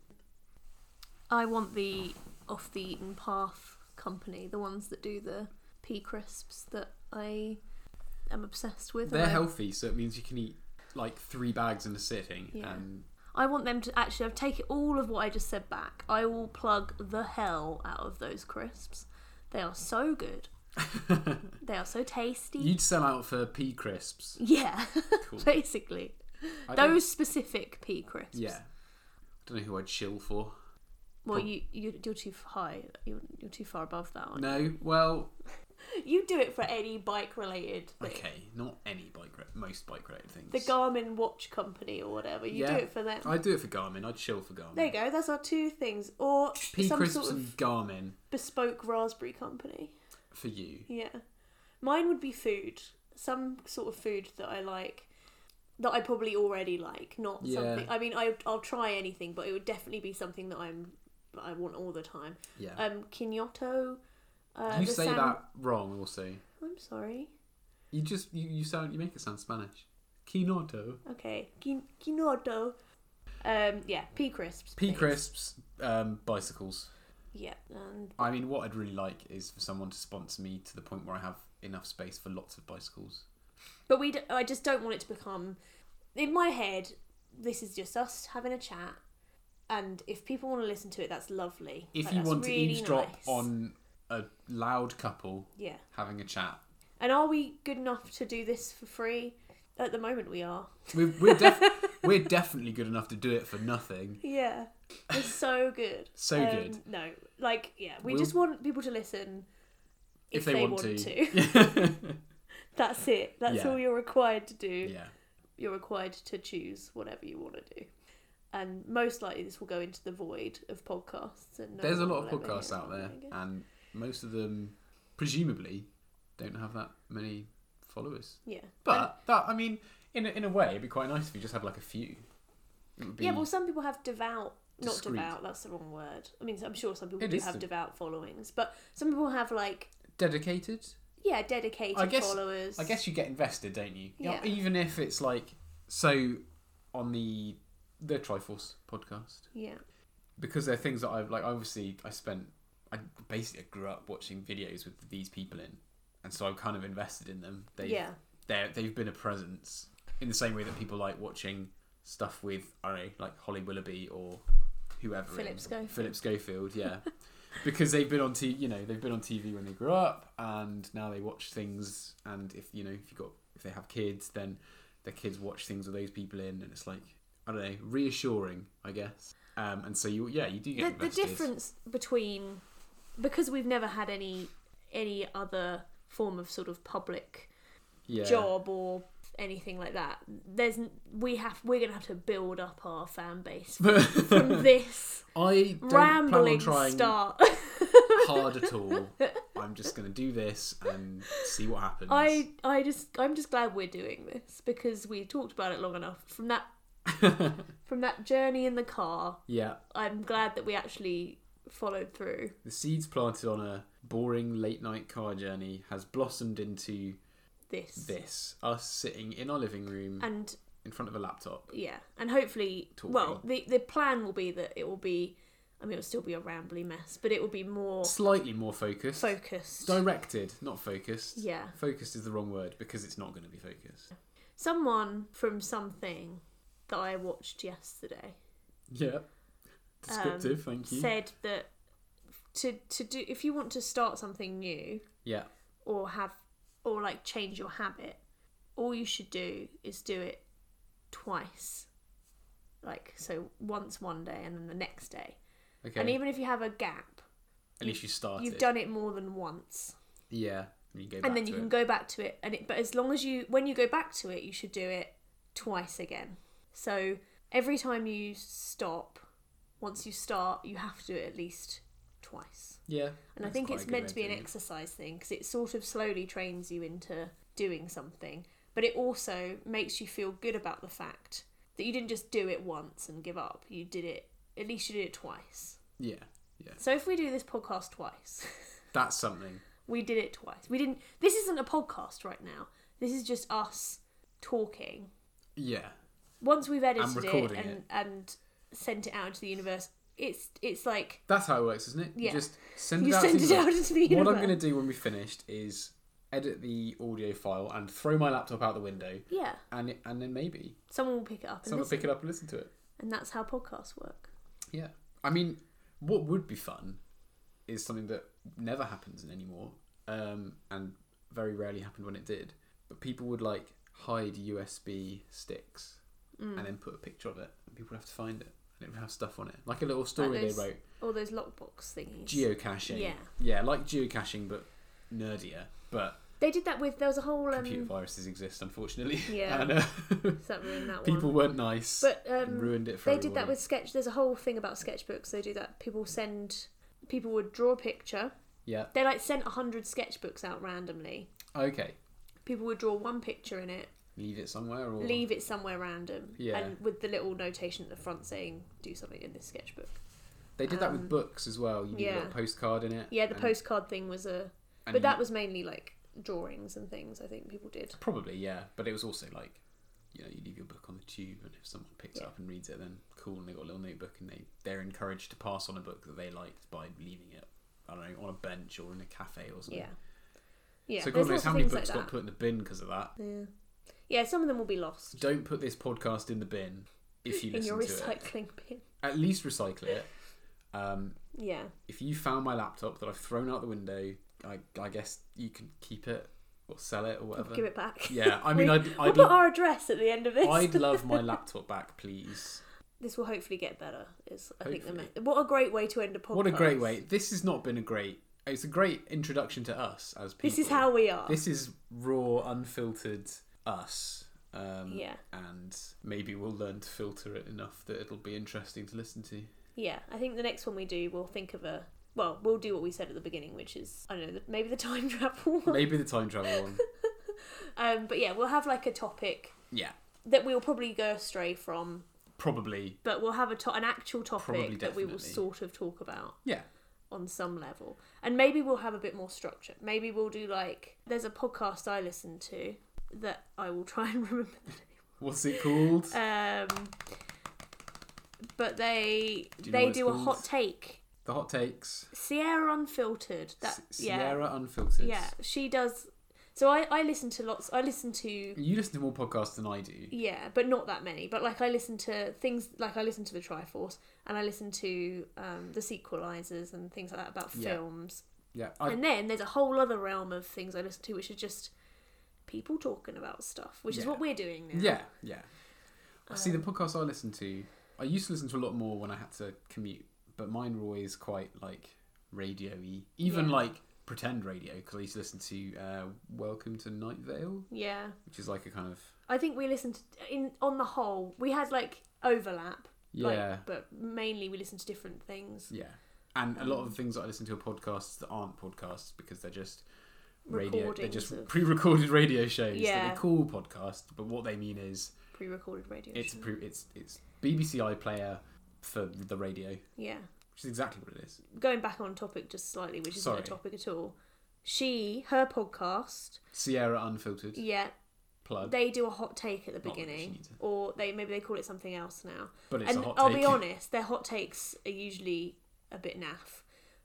Speaker 1: I want the off the Eaton Path company, the ones that do the pea crisps that I am obsessed with.
Speaker 2: They're
Speaker 1: and I,
Speaker 2: healthy, so it means you can eat like three bags in a sitting,
Speaker 1: Yeah.
Speaker 2: and
Speaker 1: I want them to actually. I've taken all of what I just said back. I will plug the hell out of those crisps. They are so
Speaker 2: (laughs)
Speaker 1: good. they are so tasty.
Speaker 2: You'd sell out for pea crisps.
Speaker 1: (laughs) Yeah,
Speaker 2: Cool.
Speaker 1: basically
Speaker 2: I don't-
Speaker 1: those specific pea crisps.
Speaker 2: Yeah. I don't know who I'd chill for.
Speaker 1: Well, you you you're too high. You're, you're too far above that. Aren't
Speaker 2: No, well,
Speaker 1: you? you do it for any bike related. thing.
Speaker 2: okay, not any bike, ra- most bike related things.
Speaker 1: the Garmin watch company or whatever. You
Speaker 2: Yeah.
Speaker 1: do it for them.
Speaker 2: I'd do it for Garmin. I'd chill for Garmin.
Speaker 1: There you go. That's our two things, or
Speaker 2: Pea
Speaker 1: some
Speaker 2: crisps
Speaker 1: sort of
Speaker 2: and Garmin
Speaker 1: bespoke raspberry company.
Speaker 2: for you.
Speaker 1: Yeah, mine would be food. Some sort of food that I like, that I probably already like. Not
Speaker 2: Yeah.
Speaker 1: something. I mean, I I'll try anything, but it would definitely be something that I'm that I want all the time.
Speaker 2: Yeah.
Speaker 1: Um, quinoto. Uh,
Speaker 2: you
Speaker 1: the
Speaker 2: say
Speaker 1: sand-
Speaker 2: that wrong. Also,
Speaker 1: I'm sorry.
Speaker 2: you just you, you sound you make it sound Spanish. Quinoto.
Speaker 1: Okay, Quin- quinoto. Um, yeah, pea crisps.
Speaker 2: Pea
Speaker 1: please.
Speaker 2: crisps. Um, bicycles.
Speaker 1: Yeah, and
Speaker 2: I mean, what I'd really like is for someone to sponsor me to the point where I have enough space for lots of bicycles.
Speaker 1: But we, d- I just don't want it to become. In my head, this is just us having a chat, and if people want to listen to it, that's lovely.
Speaker 2: If
Speaker 1: Like,
Speaker 2: you
Speaker 1: that's
Speaker 2: want
Speaker 1: really
Speaker 2: to eavesdrop
Speaker 1: nice.
Speaker 2: on a loud couple
Speaker 1: yeah.
Speaker 2: having a chat,
Speaker 1: And are we good enough to do this for free? At the moment, we are.
Speaker 2: We're,
Speaker 1: (laughs)
Speaker 2: we're, def- we're definitely good enough to do it for nothing.
Speaker 1: Yeah, it's so good.
Speaker 2: So
Speaker 1: Um,
Speaker 2: good.
Speaker 1: No, like yeah, we
Speaker 2: We'll-
Speaker 1: just want people to listen if, they, want, to. (laughs) that's it. That's
Speaker 2: Yeah.
Speaker 1: all you're required to do.
Speaker 2: (laughs) yeah.
Speaker 1: you're required to choose whatever you want to do. And most likely, this will go into the void of podcasts. And no
Speaker 2: There's a
Speaker 1: one
Speaker 2: lot of
Speaker 1: will ever hear
Speaker 2: podcasts out
Speaker 1: about
Speaker 2: there,
Speaker 1: it again.
Speaker 2: and most of them, presumably, don't have that many followers.
Speaker 1: Yeah, And-
Speaker 2: But that, I mean, in a, in a way, it'd be quite nice if you just had like a few. It would be,
Speaker 1: yeah, well, some people have devout not
Speaker 2: discreet.
Speaker 1: devout. That's the wrong word. I mean, I'm sure some people
Speaker 2: It
Speaker 1: do
Speaker 2: is
Speaker 1: have
Speaker 2: the-
Speaker 1: devout followings, but some people have like
Speaker 2: Dedicated?
Speaker 1: yeah, dedicated
Speaker 2: I guess-
Speaker 1: followers.
Speaker 2: I guess you get invested, don't you?
Speaker 1: Yeah.
Speaker 2: Even if it's like so on the the Triforce podcast.
Speaker 1: Yeah.
Speaker 2: because there are things that I've like. Obviously, I spent. I basically grew up watching videos with these people in, and so I'm kind of invested in them. They've,
Speaker 1: Yeah.
Speaker 2: they're, they've been a presence in the same way that people like watching stuff with I don't know, like Holly Willoughby or whoever.
Speaker 1: Philip
Speaker 2: in-
Speaker 1: Schofield.
Speaker 2: Philip Schofield, yeah. (laughs) because they've been on t you know they've been on TV when they grew up, and now they watch things. And if you know if you got if they have kids, then their kids watch things with those people in, and it's like I don't know, reassuring, I guess. Um, and so you yeah you do
Speaker 1: the,
Speaker 2: get
Speaker 1: the
Speaker 2: invested.
Speaker 1: difference between because we've never had any any other form of sort of public
Speaker 2: yeah. (laughs)
Speaker 1: job or anything like that there's n- we have we're gonna have to build up our fan
Speaker 2: (laughs)
Speaker 1: base from this
Speaker 2: I don't plan on
Speaker 1: rambling
Speaker 2: trying
Speaker 1: start
Speaker 2: hard at all. I'm just gonna do this and see what happens.
Speaker 1: i i just i'm just glad we're doing this because we talked about it long enough from
Speaker 2: (laughs)
Speaker 1: that from that journey in the car
Speaker 2: yeah.
Speaker 1: i'm glad that we actually followed through
Speaker 2: The seeds planted on a boring late night car journey has blossomed into
Speaker 1: this
Speaker 2: this us sitting in our living room
Speaker 1: and
Speaker 2: in front of a laptop.
Speaker 1: yeah and hopefully
Speaker 2: Talking.
Speaker 1: well the the plan will be that it will be i mean it'll still be a rambly mess but it will be more
Speaker 2: Slightly more focused.
Speaker 1: focused
Speaker 2: Directed, not focused.
Speaker 1: yeah
Speaker 2: Focused is the wrong word because it's not going to be focused.
Speaker 1: someone from something that i watched yesterday
Speaker 2: Yeah.
Speaker 1: Um,
Speaker 2: Descriptive, thank you.
Speaker 1: said that to to do if you want to start something new
Speaker 2: yeah.
Speaker 1: or have or like change your habit all you should do is do it twice like so once one day and then the next day
Speaker 2: Okay.
Speaker 1: and even if you have a gap
Speaker 2: At least you started.
Speaker 1: you've done it more than once
Speaker 2: Yeah. And, you go back
Speaker 1: and then
Speaker 2: to
Speaker 1: you
Speaker 2: it.
Speaker 1: can go back to it and it but as long as you when you go back to it you should do it twice again so every time you stop once you start you have to do it at least twice
Speaker 2: Yeah.
Speaker 1: and i
Speaker 2: that's
Speaker 1: think
Speaker 2: quite
Speaker 1: it's
Speaker 2: a good way
Speaker 1: meant to be an
Speaker 2: doing it.
Speaker 1: exercise thing because it sort of slowly trains you into doing something but it also makes you feel good about the fact that you didn't just do it once and give up you did it at least you did it twice
Speaker 2: Yeah. Yeah.
Speaker 1: so if we do this podcast twice (laughs)
Speaker 2: That's something.
Speaker 1: We did it twice. We didn't. This isn't a podcast right now. This is just us talking.
Speaker 2: Yeah.
Speaker 1: Once we've edited it
Speaker 2: recording
Speaker 1: and
Speaker 2: it.
Speaker 1: and sent it out into the universe, it's it's like
Speaker 2: That's how it works, isn't it?
Speaker 1: Yeah.
Speaker 2: You just send
Speaker 1: you
Speaker 2: it out.
Speaker 1: send
Speaker 2: to
Speaker 1: it
Speaker 2: the-
Speaker 1: out into the universe.
Speaker 2: What I'm going to do when we finished is edit the audio file and throw my laptop out the window,
Speaker 1: Yeah,
Speaker 2: and it, and then maybe
Speaker 1: someone will pick it up and
Speaker 2: someone will
Speaker 1: listen.
Speaker 2: pick it up and listen to it.
Speaker 1: and that's how podcasts work.
Speaker 2: Yeah. I mean, what would be fun is something that never happens anymore, um, and very rarely happened when it did. But people would like hide USB sticks
Speaker 1: Mm.
Speaker 2: and then put a picture of it, and people would have to find it, and it would have stuff on it, like a little story
Speaker 1: those-
Speaker 2: they wrote.
Speaker 1: All those lockbox thingies.
Speaker 2: Geocaching.
Speaker 1: Yeah.
Speaker 2: Yeah, like geocaching, but nerdier. But
Speaker 1: they did that with. There was a whole. Um, (laughs)
Speaker 2: computer viruses exist, unfortunately.
Speaker 1: Yeah.
Speaker 2: and, uh, (laughs)
Speaker 1: does that ruin that
Speaker 2: people
Speaker 1: one?
Speaker 2: weren't nice.
Speaker 1: But
Speaker 2: and
Speaker 1: um,
Speaker 2: ruined it for
Speaker 1: they did that
Speaker 2: everyone.
Speaker 1: with sketch. There's a whole thing about sketchbooks. They do that. People send. People would draw a picture.
Speaker 2: Yeah.
Speaker 1: They like sent hundred sketchbooks out randomly.
Speaker 2: Okay.
Speaker 1: people would draw one picture in it,
Speaker 2: Leave it somewhere or
Speaker 1: leave it somewhere random,
Speaker 2: Yeah.
Speaker 1: and with the little notation at the front saying "do something in this sketchbook."
Speaker 2: They did that
Speaker 1: um,
Speaker 2: with books as well. You leave a
Speaker 1: yeah.
Speaker 2: little postcard in it.
Speaker 1: Yeah, the
Speaker 2: and-
Speaker 1: postcard thing was a,
Speaker 2: and
Speaker 1: but
Speaker 2: you-
Speaker 1: that was mainly like drawings and things. I think people did.
Speaker 2: probably yeah, but it was also like, you know, you leave your book on the tube, and if someone picks
Speaker 1: Yeah.
Speaker 2: it up and reads it, then cool, and they got a little notebook, and they they're encouraged to pass on a book that they liked by leaving it. I don't know on a bench or in a cafe or something.
Speaker 1: Yeah, yeah.
Speaker 2: so
Speaker 1: there's
Speaker 2: God knows
Speaker 1: lots
Speaker 2: how
Speaker 1: of
Speaker 2: many
Speaker 1: things
Speaker 2: books
Speaker 1: like
Speaker 2: got
Speaker 1: that.
Speaker 2: put in the bin because of that.
Speaker 1: Yeah, yeah. Some of them will be lost
Speaker 2: Don't put this podcast in the bin if you
Speaker 1: (laughs) in
Speaker 2: listen
Speaker 1: your
Speaker 2: to it.
Speaker 1: recycling (laughs) bin.
Speaker 2: At least recycle it. Um,
Speaker 1: Yeah,
Speaker 2: if you found my laptop that I've thrown out the window, I, I guess you can keep it or sell it or whatever.
Speaker 1: give it (laughs) back.
Speaker 2: (laughs) Yeah, I mean,
Speaker 1: We-
Speaker 2: I'd,
Speaker 1: We'll
Speaker 2: I'd,
Speaker 1: put our address at the end of this. (laughs)
Speaker 2: I'd love my laptop back, please.
Speaker 1: This will hopefully get better. Is I think
Speaker 2: Hopefully.
Speaker 1: the me- what a great way to end a podcast.
Speaker 2: What a great way. This has not been a great. It's a great introduction to us as people.
Speaker 1: This is how we are.
Speaker 2: This is raw, unfiltered us. Um,
Speaker 1: Yeah.
Speaker 2: And maybe we'll learn to filter it enough that it'll be interesting to
Speaker 1: (laughs)
Speaker 2: listen to.
Speaker 1: Yeah, I think the next one we do, we'll think of a. Well, we'll do what we said at the beginning, which is I don't know, maybe the time (laughs) travel one.
Speaker 2: Maybe the time
Speaker 1: (laughs)
Speaker 2: travel one.
Speaker 1: Um, but yeah, we'll have like a topic
Speaker 2: Yeah.
Speaker 1: that we'll probably go astray from,
Speaker 2: probably
Speaker 1: But we'll have a to- an actual
Speaker 2: Probably
Speaker 1: topic that we will
Speaker 2: definitely.
Speaker 1: sort of talk about
Speaker 2: yeah
Speaker 1: on some level. And maybe we'll have a bit more structure. Maybe we'll do like there's a podcast I listen to that I will (laughs) try and remember
Speaker 2: what's it called
Speaker 1: Um, but they
Speaker 2: Do you know
Speaker 1: they
Speaker 2: what
Speaker 1: do
Speaker 2: it's
Speaker 1: a
Speaker 2: called?
Speaker 1: hot take.
Speaker 2: the hot takes
Speaker 1: Sierra Unfiltered. That
Speaker 2: S-
Speaker 1: yeah
Speaker 2: Sierra Unfiltered
Speaker 1: yeah she does. So I I listen to lots. I listen to
Speaker 2: you listen to more podcasts than I do
Speaker 1: yeah, but not that many. But like I listen to things like I listen to the Triforce and I listen to um, the sequelizers and things like that about
Speaker 2: Yeah.
Speaker 1: films.
Speaker 2: yeah I,
Speaker 1: And then there's a whole other realm of things I listen to, which are just people talking about stuff, which is
Speaker 2: Yeah.
Speaker 1: what we're doing now.
Speaker 2: yeah yeah I see
Speaker 1: Um,
Speaker 2: the podcasts I listen to I used to listen to a lot more when I had to commute but mine were always quite like radio-y even
Speaker 1: Yeah.
Speaker 2: like pretend radio because I used to listen to uh, Welcome to Night Vale
Speaker 1: Yeah.
Speaker 2: which is like a kind of
Speaker 1: I think we listened to, in on the whole. We had like overlap,
Speaker 2: yeah
Speaker 1: like, but mainly we listened to different things.
Speaker 2: Yeah. And a
Speaker 1: Um,
Speaker 2: lot of the things that I listen to are podcasts that aren't podcasts because they're just radio they're
Speaker 1: Recordings
Speaker 2: just
Speaker 1: of-
Speaker 2: pre-recorded radio shows that
Speaker 1: Yeah.
Speaker 2: they call podcasts, but what they mean is
Speaker 1: Pre-recorded radio.
Speaker 2: it's
Speaker 1: show.
Speaker 2: pre- it's it's BBC iPlayer for the radio, which
Speaker 1: yeah.
Speaker 2: is exactly what it is.
Speaker 1: Going back on topic just slightly, which isn't
Speaker 2: Sorry.
Speaker 1: a topic at all. She, her podcast,
Speaker 2: Sierra Unfiltered
Speaker 1: yeah,
Speaker 2: plug,
Speaker 1: they do a hot take at the
Speaker 2: Not that she
Speaker 1: beginning,
Speaker 2: needs it.
Speaker 1: or they maybe they call it something else now.
Speaker 2: but it's
Speaker 1: and
Speaker 2: a hot
Speaker 1: I'll
Speaker 2: take.
Speaker 1: be honest, their hot takes are usually a bit naff,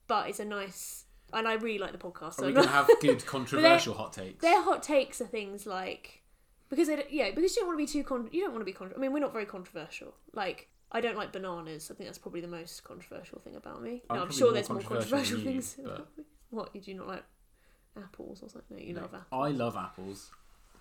Speaker 1: but it's a nice. And I really like the podcast.
Speaker 2: Are
Speaker 1: So
Speaker 2: we
Speaker 1: I'm
Speaker 2: going
Speaker 1: not, (laughs)
Speaker 2: to have good controversial hot takes?
Speaker 1: Their hot takes are things like because they don't, yeah because you don't want to be too con- you don't want to be con- I mean we're not very controversial. Like I don't like bananas. I think that's probably the most controversial thing about me.
Speaker 2: I'm
Speaker 1: No, I'm
Speaker 2: probably
Speaker 1: sure
Speaker 2: more
Speaker 1: there's more
Speaker 2: controversial
Speaker 1: controversial
Speaker 2: than you,
Speaker 1: things
Speaker 2: but-
Speaker 1: about me. What you do not like apples or something? No, you
Speaker 2: No.
Speaker 1: love apples.
Speaker 2: I love apples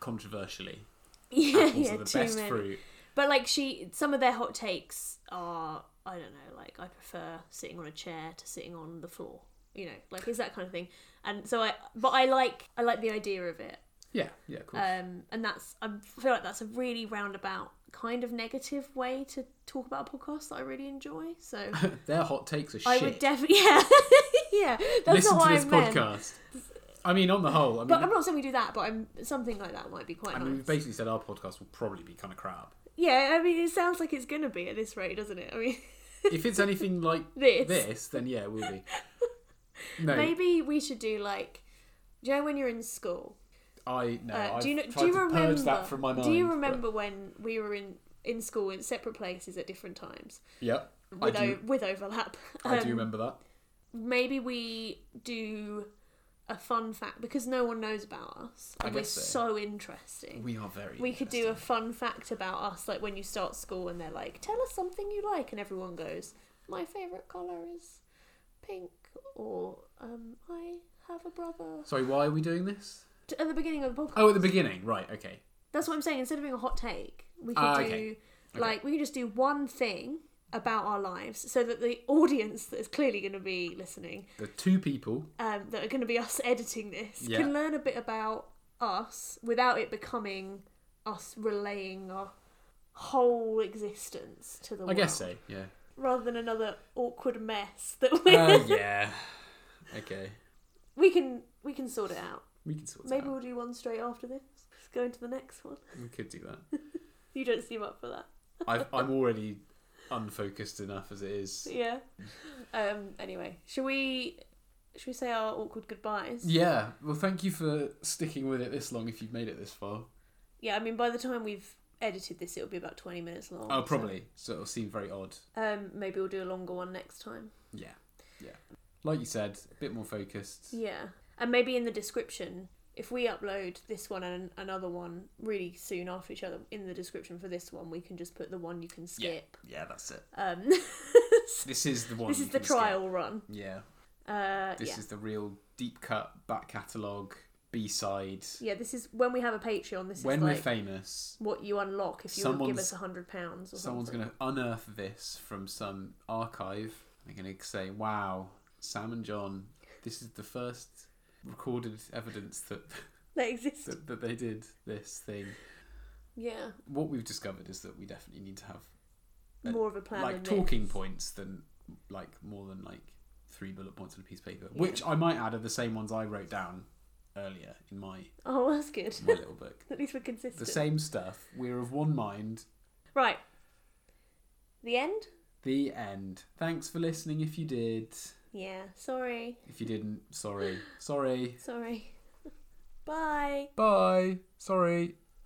Speaker 2: controversially.
Speaker 1: (laughs) Yeah,
Speaker 2: (laughs) Apples
Speaker 1: yeah,
Speaker 2: are the
Speaker 1: too
Speaker 2: best
Speaker 1: many.
Speaker 2: fruit.
Speaker 1: But like she, some of their hot takes are I don't know. Like I prefer sitting on a chair to sitting on the floor. You know, like is that kind of thing. And so I, but I like I like the idea of it.
Speaker 2: Yeah, yeah, cool.
Speaker 1: Um, and that's I feel like that's a really roundabout kind of negative way to talk about a podcast that I really enjoy.
Speaker 2: (laughs)
Speaker 1: So
Speaker 2: (laughs) Their hot takes are
Speaker 1: I
Speaker 2: Oh, shit.
Speaker 1: would definitely yeah yeah (laughs) that's
Speaker 2: Listen
Speaker 1: not what
Speaker 2: to this
Speaker 1: I meant.
Speaker 2: podcast. I mean, on the whole, I mean,
Speaker 1: But I'm not saying we do that, but I'm something like that might be quite
Speaker 2: I
Speaker 1: nice.
Speaker 2: mean, we've basically said our podcast will probably be kind of crap.
Speaker 1: yeah, I mean it sounds like it's gonna be at this rate, doesn't it? I mean (laughs)
Speaker 2: If it's anything like
Speaker 1: this.
Speaker 2: this, then yeah, it will
Speaker 1: (laughs)
Speaker 2: be. No,
Speaker 1: Maybe we should do like do you know when you're in school?
Speaker 2: I no.
Speaker 1: Uh,
Speaker 2: I've
Speaker 1: do you know,
Speaker 2: tried
Speaker 1: do you
Speaker 2: to
Speaker 1: remember
Speaker 2: purge that from my mind.
Speaker 1: Do you
Speaker 2: but-
Speaker 1: remember when we were in in school in separate places at different times
Speaker 2: Yep, I
Speaker 1: with
Speaker 2: do.
Speaker 1: o- with overlap?
Speaker 2: I do
Speaker 1: Um,
Speaker 2: remember that.
Speaker 1: maybe we do a fun fact because no one knows about us
Speaker 2: I
Speaker 1: and we're
Speaker 2: guess so.
Speaker 1: so, interesting.
Speaker 2: We are very.
Speaker 1: We could do a fun fact about us, like when you start school and they're like, "Tell us something you like," and everyone goes, "My favorite color is pink," or um, "I have a brother."
Speaker 2: Sorry, why are we doing this?
Speaker 1: T- At the beginning of the podcast,
Speaker 2: Oh, at the beginning, right? Okay.
Speaker 1: that's what I'm saying. Instead of doing a hot take, we could
Speaker 2: Ah,
Speaker 1: do
Speaker 2: okay. Okay.
Speaker 1: like we could just do one thing about our lives, so that the audience that is clearly going to be listening
Speaker 2: The two people.
Speaker 1: um, that are going to be us (laughs) editing this
Speaker 2: Yeah.
Speaker 1: can learn a bit about us without it becoming us relaying our whole existence to the
Speaker 2: I
Speaker 1: world.
Speaker 2: guess so.
Speaker 1: (laughs)
Speaker 2: Yeah.
Speaker 1: Rather than another awkward mess that we
Speaker 2: uh, yeah. Okay.
Speaker 1: (laughs) we can we can sort it out.
Speaker 2: We can sort it
Speaker 1: Maybe
Speaker 2: out.
Speaker 1: we'll do one straight after this. Let's go into the next one.
Speaker 2: We could do that.
Speaker 1: You don't seem up for that.
Speaker 2: I've,
Speaker 1: (laughs)
Speaker 2: I'm already unfocused enough as it is. (laughs)
Speaker 1: Yeah. Um. Anyway, should we should we say our awkward goodbyes?
Speaker 2: Yeah, well, thank you for sticking with it this long. If you've made it this far,
Speaker 1: Yeah, I mean, by the time we've edited this, it'll be about twenty minutes long.
Speaker 2: oh,
Speaker 1: so-
Speaker 2: probably. So it'll seem very odd.
Speaker 1: Um. Maybe we'll do a longer one next time.
Speaker 2: Yeah, yeah. Like you said, a bit more focused.
Speaker 1: Yeah. And maybe in the description, if we upload this one and another one really soon after each other, in the description for this one, we can just put the one you can skip.
Speaker 2: Yeah, that's it.
Speaker 1: Um, (laughs)
Speaker 2: This is the one.
Speaker 1: this
Speaker 2: you
Speaker 1: is the
Speaker 2: can skip.
Speaker 1: trial run.
Speaker 2: Yeah,
Speaker 1: Uh,
Speaker 2: this
Speaker 1: yeah.
Speaker 2: is the real deep cut back catalogue B side.
Speaker 1: yeah, this is when we have a Patreon. This
Speaker 2: When
Speaker 1: is
Speaker 2: we're
Speaker 1: like
Speaker 2: famous,
Speaker 1: what you unlock if you would give
Speaker 2: Someone's-
Speaker 1: us a hundred pounds or
Speaker 2: someone's
Speaker 1: something.
Speaker 2: going to unearth this from some archive. They're going to say, "Wow, Sam and John, this is the first recorded evidence that (laughs)
Speaker 1: That exists.
Speaker 2: that, that they did this thing."
Speaker 1: yeah,
Speaker 2: what we've discovered is that we definitely need to have Uh,
Speaker 1: more of a plan.
Speaker 2: like
Speaker 1: than
Speaker 2: talking
Speaker 1: this.
Speaker 2: points than like more than like three bullet points on a piece of paper, which I might add are the same ones I wrote down earlier in my
Speaker 1: Oh, that's good. (laughs)
Speaker 2: my little book.
Speaker 1: At least we're
Speaker 2: The
Speaker 1: consistent.
Speaker 2: same stuff. We're of one mind.
Speaker 1: Right. The end?
Speaker 2: The end. Thanks for listening if you did.
Speaker 1: Yeah. Sorry.
Speaker 2: If you didn't, sorry. Sorry.
Speaker 1: Sorry. (laughs) Bye.
Speaker 2: Bye. Sorry.